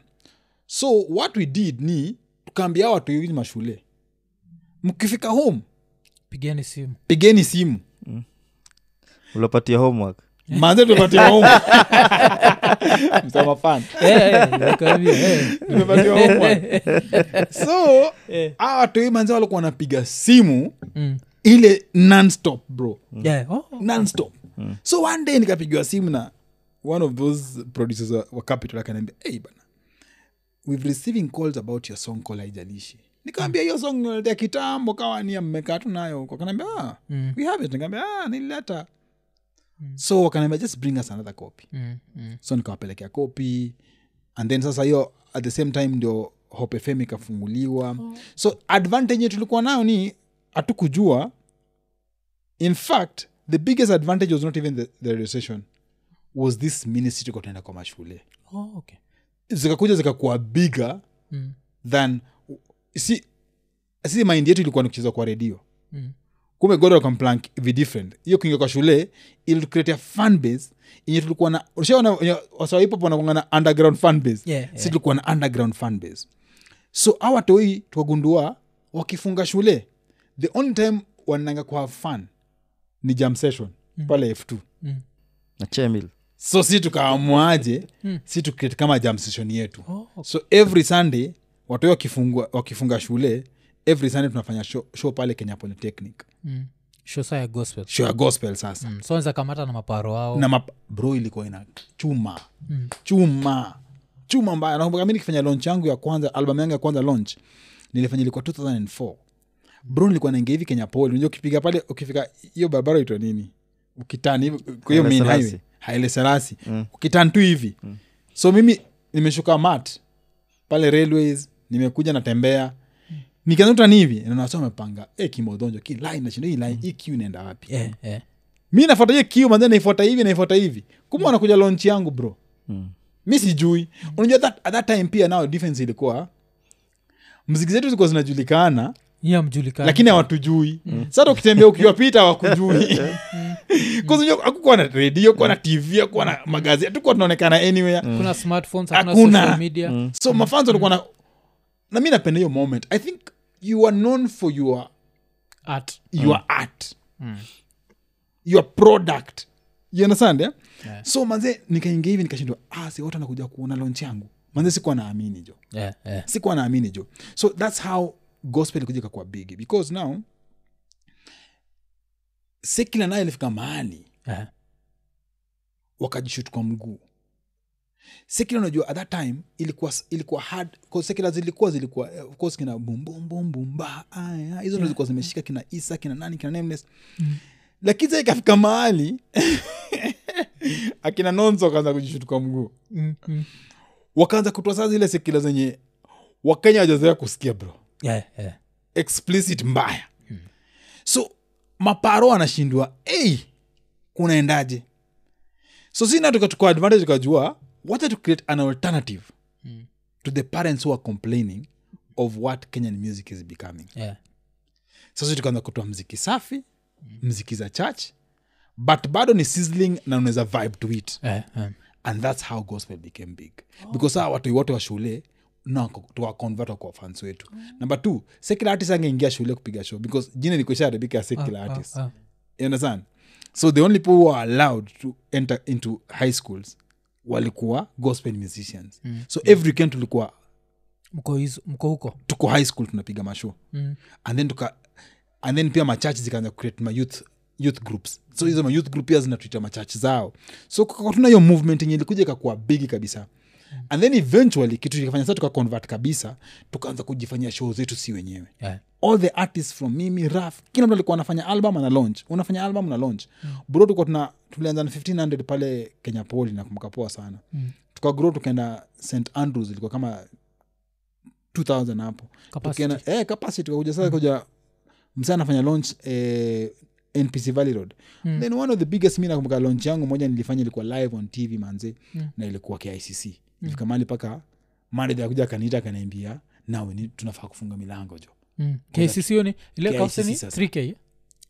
[SPEAKER 3] so what we did ni tukaambia hawa watu hizi mashule mkifika home
[SPEAKER 1] pigeni simu
[SPEAKER 3] pigeni simu
[SPEAKER 2] uliwapatia homework
[SPEAKER 3] manze tumepatia home msema fan Tumepatiwa homework. so hawa watu hii manzi walikuwa wanapiga simu
[SPEAKER 1] Mm.
[SPEAKER 3] ile nonstop bro
[SPEAKER 1] Oh.
[SPEAKER 3] nonstop so one day nikapigiwa simu na one of those producers wa- wa capital akaniambia hey bana we've receiving calls about your song call haijalishi nikawambia hiyo song niletea
[SPEAKER 1] Mm.
[SPEAKER 3] kitambo kawa nia mmekaa tu nayo huko kanaambia ah, we have it nikaambia ah, nilileta so wakaniambia just bring us another copy
[SPEAKER 1] Mm, mm.
[SPEAKER 3] so nikawapelekea kopi and then sasa hiyo at the same time ndio hope fm ikafunguliwa so advantage yetu tulikuwa nayo ni hatukujua in fact the biggest advantage was not even the, the radio station was this ministry tuko tunaenda kwa mashule
[SPEAKER 1] Oh, okay.
[SPEAKER 3] zikakuja zikakuwa bigger
[SPEAKER 1] Mm,
[SPEAKER 3] than si si mind yetu ilikuwa ni kucheza kwa redio
[SPEAKER 1] mm.
[SPEAKER 3] kumbe god akamplan vidifferent hiyo kuingia kwa shule ilituletea fan base yenye tulikuwa na ushaona wenye wasawahipop wanakuanga na underground fan base
[SPEAKER 1] Yeah, yeah.
[SPEAKER 3] si tulikuwa na underground fan base so awa toi tukagundua wakifunga shule the only time wanaanga kuhave fun ni jam session
[SPEAKER 1] Mm.
[SPEAKER 3] pale f2
[SPEAKER 2] na chemil
[SPEAKER 3] so si tukaamuaje
[SPEAKER 1] Mm.
[SPEAKER 3] si tucreate kama jam session yetu
[SPEAKER 1] Oh, okay.
[SPEAKER 3] so every sunday watoi wakifunga, wakifunga shule every sunday tunafanya show, show pale kenya polytechnic
[SPEAKER 1] Mm. Show saa ya gospel
[SPEAKER 3] show ya gospel sasa
[SPEAKER 1] Mm, so wanaweza kamata na maparo ao
[SPEAKER 3] na map- bro ilikuwa ina chuma mm. chuma chuma mbaya nakumbuka mi nikifanya launch yangu ya kwanza album yangu ya kwanza launch nilifanya ilikuwa 2004 bro nilikuwa naingia hivi kenya poli unajua ukipiga pale ukifika hiyo barabara itwa nini ukitani hivi, kwa
[SPEAKER 2] Haile
[SPEAKER 3] hiyo main
[SPEAKER 2] Selassie.
[SPEAKER 3] highway haile serasi mm. ukitan tu hivi mm. so mimi nimeshuka mat pale railways nimekuja natembea nikianza utani hivi naona wasa wamepanga e kimodhonjo ki line nashinda hii line hii kiu inaenda wapi
[SPEAKER 1] yeah, yeah.
[SPEAKER 3] mi nafuata hiyo kiu manze naifuata hivi naifuata hivi kumbe wanakuja launch yangu bro
[SPEAKER 2] Mm.
[SPEAKER 3] mi sijui unajua that, at that time pia nao defense ilikuwa mziki zetu zilikuwa zinajulikana
[SPEAKER 1] Yeye hamjulikani.
[SPEAKER 3] lakini hawatujui sasa hata ukitembea ukiwapita hawakujui kuzunjua akukuwa na redio akukuwa na tv akukuwa na magazeti hatukuwa tunaonekana anywhere
[SPEAKER 1] kuna smartphones hakuna
[SPEAKER 3] Hakuna. Mm.
[SPEAKER 1] social media
[SPEAKER 3] so mafans walikuwa na na mi napenda hiyo moment i think you are known for your
[SPEAKER 1] art
[SPEAKER 3] your art your product you understand eh?
[SPEAKER 1] Yeah.
[SPEAKER 3] so manze nikaingia hivi nikashindwa ah, si watu wanakuja kuona launch yangu manze sikuwa naamini jo
[SPEAKER 1] yeah, yeah.
[SPEAKER 3] sikuwa naamini jo so thats how gospel ilikuja ikakuwa big because now sekila nayo ilifika mahali
[SPEAKER 1] Yeah.
[SPEAKER 3] wakajishut kwa mguu sekila unajua at that time ilikuwa ilikuwa hard 'cause sekila zilikuwa zilikuwa eh, of course kina bumbumbumba ah, hizo ndo zilikuwa zimeshika kina isa kina nani kina nameless lakini sasa ikafika mahali akina nonzo wakaanza kujishut kwa mguu
[SPEAKER 1] Mm, mm.
[SPEAKER 3] wakaanza kutoa saa zile sekila zenye wakenya wajazoea kusikia bro
[SPEAKER 1] Yeah, yeah.
[SPEAKER 3] explicit mbaya so maparo anashindwa ei kunaendaje so sina tukachukua advantage tukajua wacha to create an alternative
[SPEAKER 1] Mm.
[SPEAKER 3] to the parents who are complaining of what kenyan music is becoming
[SPEAKER 1] Yeah.
[SPEAKER 3] sasa tukaanza kutoa mziki safi mziki za church but bado ni sizzling na unaweza vibe to it
[SPEAKER 1] Yeah, yeah.
[SPEAKER 3] and that's how gospel became big
[SPEAKER 1] Oh.
[SPEAKER 3] because saa watu wote wa shule na wako- tuwaconvert wakuwa fans wetu number two secular artist angeingia shule kupiga show because jina likuishaharibika ya secular
[SPEAKER 1] Ah,
[SPEAKER 3] artist
[SPEAKER 1] ah.
[SPEAKER 3] you understand so the only people who are allowed to enter into high schools walikuwa gospel musicians mm. so every weekend tulikuwa
[SPEAKER 1] Mko hizo- mko huko
[SPEAKER 3] tuko high school tunapiga mashow
[SPEAKER 1] Mm.
[SPEAKER 3] and then tuka and then pia machurch zikaanza kucreate ma youth youth groups so hizo ma youth group pia zinatuita machurch zao so kukakuwa tuna hiyo movement yenye ilikuja ikakuwa bigi kabisa and then eventually kitu kikafanya sasa tukaconvert kabisa tukaanza kujifanyia show zetu si wenyewe
[SPEAKER 1] Yeah.
[SPEAKER 3] all the artists from mimi raf kila mtu alikuwa anafanya album ana launch unafanya album na launch mm. bro tulikuwa tuna tulianza na 1500 pale kenya poli nakumbuka poa sana mm. tukagrow tukaenda st andrews ilikuwa kama 2000 hapo
[SPEAKER 1] Capacity.
[SPEAKER 3] tukienda eh, capacity kakuja sasa kuja msaa anafanya launch eh, npc valley road mm. then one of the biggest mi nakumbuka launch yangu moja nilifanya ilikuwa live on tv manze mm. na ilikuwa kicc mm. ifika mahali paka manaja akuja akaniita akaniambia nawe ni- tunafaa kufunga milango jo
[SPEAKER 1] Mm. KCC hiyo ni ile
[SPEAKER 3] KICC
[SPEAKER 1] kausi ni
[SPEAKER 3] sasa.
[SPEAKER 1] 3k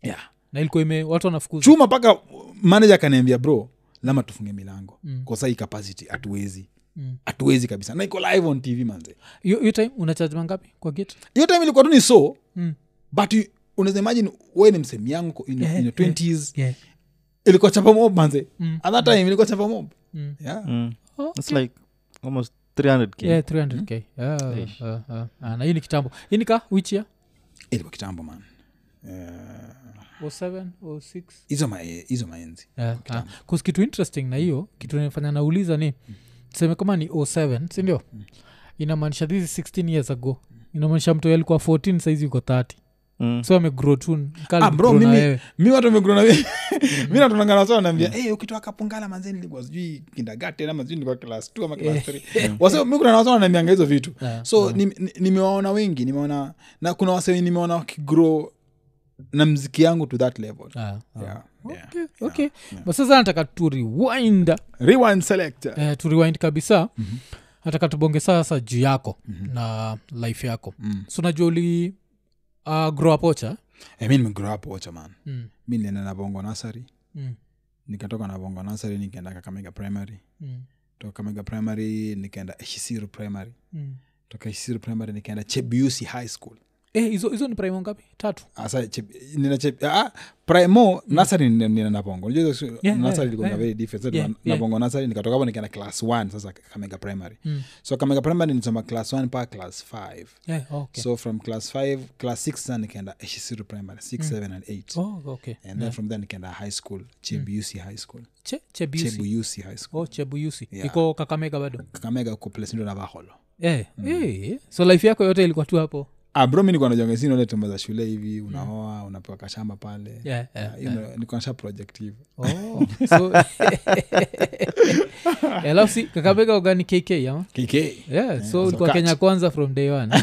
[SPEAKER 3] yeah
[SPEAKER 1] na ilikuwa ime watu wanafukuza
[SPEAKER 3] chuma mpaka manaje akaniambia bro lama tufunge milango mm. kwa sai capacity hatuwezi
[SPEAKER 1] Mm.
[SPEAKER 3] hatuwezi kabisa na iko live on tv manze
[SPEAKER 1] hiyo hiyo time unacharge mangapi kwa gate
[SPEAKER 3] hiyo time ilikuwa tu ni so
[SPEAKER 1] Mm.
[SPEAKER 3] but you- unaweza imagine we ni msemi yangu in, your- in your 20s
[SPEAKER 1] yeah.
[SPEAKER 3] ilikuwa chapa mob manze
[SPEAKER 1] Mm.
[SPEAKER 3] at that time ilikuwa chapa mob
[SPEAKER 1] Mm.
[SPEAKER 3] yeah.
[SPEAKER 2] mm.
[SPEAKER 1] Oh,
[SPEAKER 2] its like almost 300 k
[SPEAKER 1] yeah, 300k Ah, ah, ah, ah. na hii ni kitambo hii ni ka which year
[SPEAKER 3] ilikuwa kitambo man Eh,
[SPEAKER 1] 07 06
[SPEAKER 3] hizo ma- hizo maenzi
[SPEAKER 1] Yeah, ah. 'Cause kitu interesting na hiyo kitu nafanya nauliza ni
[SPEAKER 3] Mm.
[SPEAKER 1] tuseme kama ni 07 sindio inamaanisha this is 16 years ago inamaanisha mtu alikuwa 14 saizi yuko 30
[SPEAKER 2] Mm.
[SPEAKER 1] so amegrow tu
[SPEAKER 3] Mm. Ah, bro mimi
[SPEAKER 1] kalnawewe
[SPEAKER 3] mi watu wamegrona mi natonanga na naambia hey, ukitoa kapungala manzee nilikuwa sijui kindagate ama sijui nilikuwa class t ama
[SPEAKER 1] Eh.
[SPEAKER 3] class three wase mi kuna wasa wananiambianga hizo vitu
[SPEAKER 1] Yeah,
[SPEAKER 3] so nim- ni- nimewaona wengi nimeona na kuna wase nimeona wakigrow na mziki yangu to that level Yeah, Ah, yeah.
[SPEAKER 1] okay, okay. but sasa nataka tu rewind
[SPEAKER 3] Rewind selector.
[SPEAKER 1] eh, tu rewind kabisa mm-hmm. nataka tubonge sasa juu yako mm-hmm. na life yako mm. so najua uli uh, grow up ocha
[SPEAKER 3] Eh, mi nimegrow up wacha man
[SPEAKER 1] mm.
[SPEAKER 3] mi nilienda na bongo nasari
[SPEAKER 1] Mm.
[SPEAKER 3] nikatoka na bongo nasari nikaenda kakamega primary
[SPEAKER 1] Mm.
[SPEAKER 3] toka kakamega primary nikaenda eshisiru primary
[SPEAKER 1] Mm.
[SPEAKER 3] toka eshisiru primary nikaenda chebusi high school
[SPEAKER 1] Eh, hizo hizo ni primo ngapi tatu
[SPEAKER 3] asa chep- nina chep- ah, primo nasari nina nina na bongo Unajua hizo siku-
[SPEAKER 1] Yeah,
[SPEAKER 3] nasari
[SPEAKER 1] yeah,
[SPEAKER 3] ilikuwa
[SPEAKER 1] yeah.
[SPEAKER 3] very different. Sasa
[SPEAKER 1] Yeah,
[SPEAKER 3] tuna- na
[SPEAKER 1] yeah.
[SPEAKER 3] bongo nasari nikatoka hapo nikaenda class 1 sasa kamega primary
[SPEAKER 1] Mm.
[SPEAKER 3] so kamega primary nisoma class 1 mpaka class 5
[SPEAKER 1] yeah, okay.
[SPEAKER 3] so from class 5 class 6 sa nikaenda eshisiru primary 6 7 and 8
[SPEAKER 1] Mm. oh, Mm. okay.
[SPEAKER 3] and then from there nikaenda high school chebuc high school
[SPEAKER 1] che, chebusi
[SPEAKER 3] chebuc high school
[SPEAKER 1] oh, chebusi
[SPEAKER 3] Yeah.
[SPEAKER 1] iko kakamega bado
[SPEAKER 3] kakamega uko place ndo na vaholo
[SPEAKER 1] eh, eh, so life yako yote ilikuwa tu hapo
[SPEAKER 3] Ah, bro mi nikuwa najongezini ole tumba za shule hivi unaoa unapewa kashamba pale
[SPEAKER 1] yeah, yeah.
[SPEAKER 3] Ah, you know, niko nasha project hivo
[SPEAKER 1] Oh, so- Eh, alafu si kakamega ugani kk ama
[SPEAKER 3] kk
[SPEAKER 1] yeah, so
[SPEAKER 3] so
[SPEAKER 1] ulikuwa
[SPEAKER 3] cut.
[SPEAKER 1] kenya kwanza from day one Oh,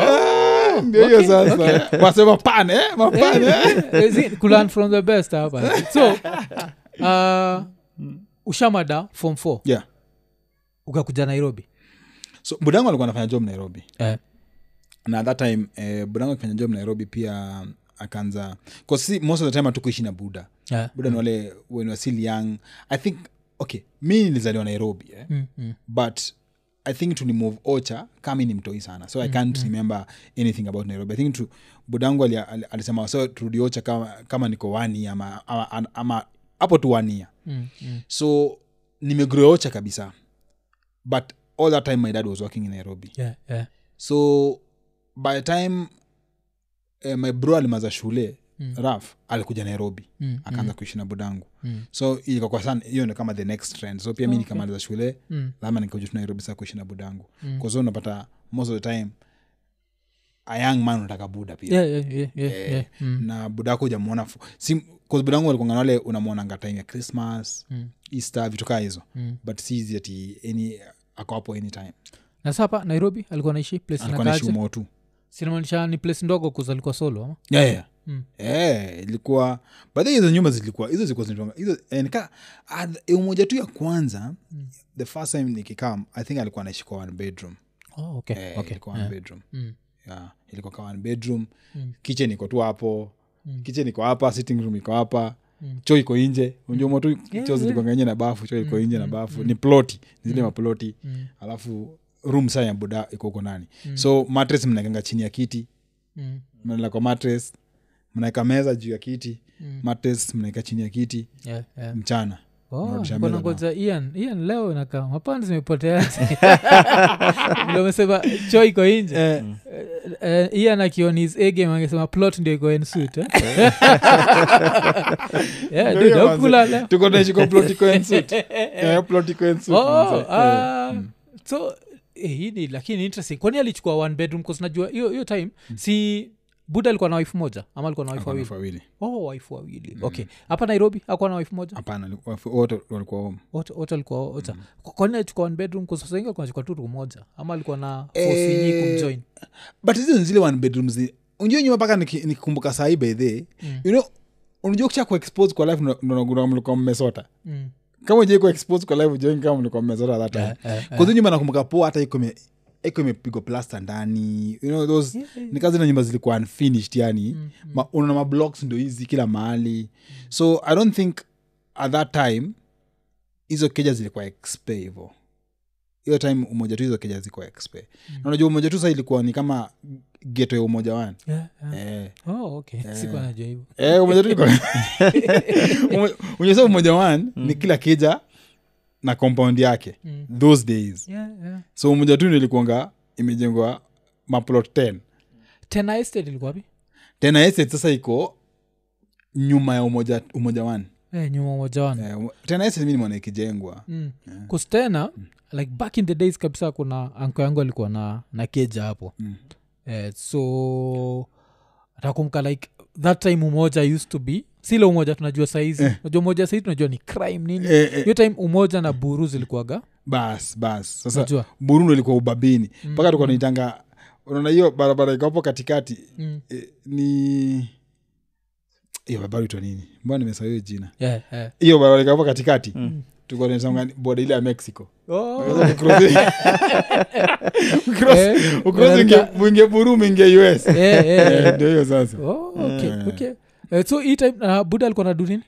[SPEAKER 3] Ah, ndio hiyo sasa wasema pan eh, mapan eh.
[SPEAKER 1] Eh, zi- kulearn from the best hapa so uh, ushamada form 4
[SPEAKER 3] yeah
[SPEAKER 1] ukakuja nairobi
[SPEAKER 3] so budangu alikuwa anafanya job nairobi
[SPEAKER 1] eh.
[SPEAKER 3] na at that time eh, budangu akifanya job nairobi pia akaanza kasi most of the time hatukuishi na buda
[SPEAKER 1] Yeah.
[SPEAKER 3] buda ni wale when we're still young i think okay mi nilizaliwa nairobi eh?
[SPEAKER 1] Mm, mm.
[SPEAKER 3] but i think tulimove ocha kami ni mtoi sana so i can't
[SPEAKER 1] Mhm.
[SPEAKER 3] remember anything about nairobi i think tu, budangu ali, ali, alisema so turudi ocha kama, kama niko wania ama ama- ama hapo tu wania
[SPEAKER 1] Mm, mm.
[SPEAKER 3] so nimegrow ocha kabisa but all that time my dad was working in nairobi
[SPEAKER 1] Yeah, yeah.
[SPEAKER 3] so by the time eh, my bro alimaza shule mm. raf alikuja nairobi
[SPEAKER 1] Mm,
[SPEAKER 3] akaanza kuishi na budangu
[SPEAKER 1] Mm.
[SPEAKER 3] so ikakuwa sana hiyo ni kama the next trend so pia mi nikamaliza shule
[SPEAKER 1] Mm.
[SPEAKER 3] lazima nikakuja tu nairobi saa kuishi na budangu mm. kwa so unapata most of the time a young man unataka buda pia Eh,
[SPEAKER 1] Yeah, yeah, yeah, yeah, yeah. Mm.
[SPEAKER 3] na budako ujamwona budangu alikuanga wale unamwonanga time ya christmas mm. easter vitu kaa hizo mm. but si hizi ati any ako hapo anytime
[SPEAKER 1] na sapa nairobi alikuwa naishi place
[SPEAKER 3] alikuwa naishi
[SPEAKER 1] nakaaje?
[SPEAKER 3] umoo tu
[SPEAKER 1] sinamaanisha ni place ndogo kuza alikuwa solo ama
[SPEAKER 3] yeah, yeah.
[SPEAKER 1] Mm.
[SPEAKER 3] Eh, ilikuwa baadhi hizo nyumba zilikuwa hizo zilikuwa zinaitwanga- hizo eh, nika ah, th- umoja tu ya kwanza
[SPEAKER 1] Mm.
[SPEAKER 3] the first time nikikam i think alikuwa anaishi kwa one bedroom
[SPEAKER 1] oh, okay,
[SPEAKER 3] eh,
[SPEAKER 1] okay.
[SPEAKER 3] ilikuwa one bedroom
[SPEAKER 1] Mm.
[SPEAKER 3] yeah, ilikuwa kwa one bedroom
[SPEAKER 1] Mm.
[SPEAKER 3] kitchen iko tu hapo
[SPEAKER 1] Mm.
[SPEAKER 3] kitchen iko hapa sitting room iko hapa
[SPEAKER 1] Mm.
[SPEAKER 3] choo iko nje unajua moto choo
[SPEAKER 1] yeah. Mm,
[SPEAKER 3] zilikuwanga nje na bafu choo iko nje na bafu ni ploti ni zile maploti alafu room saa ya buda iko huko nani so matres mnaekanga chini ya kiti
[SPEAKER 1] Mm.
[SPEAKER 3] mnaela kwa matres mnaeka meza juu ya kiti
[SPEAKER 1] Mm.
[SPEAKER 3] matres mnaeka chini ya kiti
[SPEAKER 1] Yeah, yeah.
[SPEAKER 3] mchana
[SPEAKER 1] Oh,
[SPEAKER 3] Narudisha
[SPEAKER 1] mbona
[SPEAKER 3] meza na-
[SPEAKER 1] ngoja ian ian leo nakaa mapani zimepotea Vile umesema cho iko inje Eh, ian akion his agame angesema plot ndio iko ensuit eh? yeah,
[SPEAKER 3] Ndio
[SPEAKER 1] dude,
[SPEAKER 3] hiyo
[SPEAKER 1] haukula
[SPEAKER 3] manze.
[SPEAKER 1] leo
[SPEAKER 3] tuko naishi kwa plot iko ensuit. Eh, plot iko ensuit,
[SPEAKER 1] oh,
[SPEAKER 3] mzee. Eh.
[SPEAKER 1] ah, so eh, hii ni lakini interesting kwani alichukua one bedroom cause najua hiyo hiyo time si buda alikuwa na wife moja ama alikuwa na wife
[SPEAKER 3] Mm. Alikuwa na
[SPEAKER 1] wawili
[SPEAKER 3] wife Mm. wawili
[SPEAKER 1] oh wife wawili okay hapa nairobi akuwa na wife moja
[SPEAKER 3] hapana li- wafu- wote walikuwa home.
[SPEAKER 1] wote wote walikuwa wote
[SPEAKER 3] Mm.
[SPEAKER 1] Kwa- kwani alichukua one bedroom kusasaingi alikuwa nachukua tu room moja ama alikuwa na fosinyi
[SPEAKER 3] Eh,
[SPEAKER 1] kumjoin
[SPEAKER 3] but hizo ni zile one bedrooms zi- unajua nyuma mpaka niki- nikikumbuka sahii bedhe you know unajua kisha kuexpose kwa life ndo- ndo- ndo mlikuwa mmesota
[SPEAKER 1] Mm.
[SPEAKER 3] kama ujai kuexpose kwa life ujoin kama mlikuwa mmesota that time kwazi nyumba nakumbuka poa hata iko ime- iko imepigwa plasta ndani you know, those ni kazi na nyumba zilikuwa unfinished yani ma, unaona mablocks ndo hizi kila mahali so i don't think at that time hizo keja zilikuwa expe hivo hiyo time umoja tu hizo keja zilikuwa expe na unajua umoja tu saa ilikuwa ni kama geto ya umoja wani
[SPEAKER 1] Yeah, yeah.
[SPEAKER 3] eh.
[SPEAKER 1] Oh, okay. Sikuwa najua hivyo.
[SPEAKER 3] eh, umoja tu ilikuwa- Umo- unajua umoja wani ni kila keja na compound yake those days
[SPEAKER 1] Yeah, yeah.
[SPEAKER 3] so umoja tu nilikuanga imejengwa maplot 10
[SPEAKER 1] tena estate ilikuwa wapi
[SPEAKER 3] tena estate sasa iko nyuma ya umoja umoja one
[SPEAKER 1] eh, nyuma moja wana
[SPEAKER 3] Eh, um- tena estate mi nimeona ikijengwa
[SPEAKER 1] mm. Kus tena like back in the days kabisa kuna anko yangu alikuwa na na keja hapo mm. eh, so atakumka like that time umoja used to be sile umoja tunajua saizi eh. najua umoja saizi tunajua ni crime nini hiyo
[SPEAKER 3] Eh, eh,
[SPEAKER 1] time umoja na buru zilikuwaga
[SPEAKER 3] bas bas sasa
[SPEAKER 1] najua
[SPEAKER 3] burundi ilikuwa ubabini mpaka tuka naitanga unaona hiyo barabara iko hapo katikati
[SPEAKER 1] Mm.
[SPEAKER 3] eh, ni hiyo barabara itwa nini mbona nimesahau hiyo jina
[SPEAKER 1] yeah, yeah.
[SPEAKER 3] hiyo barabara iko hapo katikati tuko naitanga boda ile ya mexico
[SPEAKER 1] Mm. Oh.
[SPEAKER 3] Ukrosi- ukrosi-
[SPEAKER 1] Eh,
[SPEAKER 3] ukrosi
[SPEAKER 1] unaenda-
[SPEAKER 3] uingie- uingie buru uingie us
[SPEAKER 1] Eh, eh, eh.
[SPEAKER 3] Eh, ndio hiyo sasa
[SPEAKER 1] Oh, okay,
[SPEAKER 3] Eh.
[SPEAKER 1] okay. Eh, so hii time uh, buda alikuwa na du nini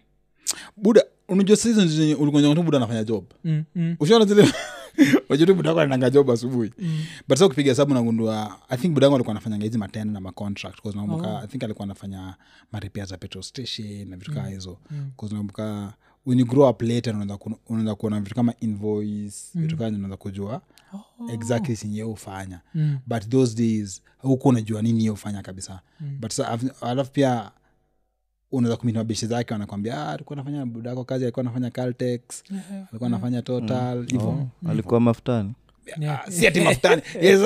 [SPEAKER 3] buda unajua sasa hizo zenye ulikuwa unaona tu buda anafanya job
[SPEAKER 1] mm, mm,
[SPEAKER 3] ushaona zile wajua tu buda wako anananga job asubuhi
[SPEAKER 1] Mm.
[SPEAKER 3] but sasa ukipiga hesabu nagundua i think budangu alikuwa anafanyanga hizi matenda na macontract because nakumbuka
[SPEAKER 1] Oh.
[SPEAKER 3] i think alikuwa anafanya maripia za petrol station na
[SPEAKER 1] Mm.
[SPEAKER 3] vitu kama hizo because nakumbuka when you grow up later unaweza ku- unaweza kuona vitu kama invoice vitu kama unaweza kujua
[SPEAKER 1] Oh.
[SPEAKER 3] exactly sinye ufanya
[SPEAKER 1] Mm.
[SPEAKER 3] but those days huku unajua nini ye ufanya kabisa
[SPEAKER 1] mm.
[SPEAKER 3] but sa af- alafu pia unaweza kumiti mabishi zake wanakwambia "Ah, alikuwa anafanya na budako kazi alikuwa anafanya caltex alikuwa anafanya total
[SPEAKER 2] Mm.
[SPEAKER 3] hivo
[SPEAKER 2] Oh. alikuwa mafutani
[SPEAKER 1] Yeah.
[SPEAKER 3] Ah, si ati mafutani Yes,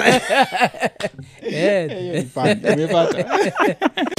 [SPEAKER 1] Eh,
[SPEAKER 3] hiyo ni fun. Umepata?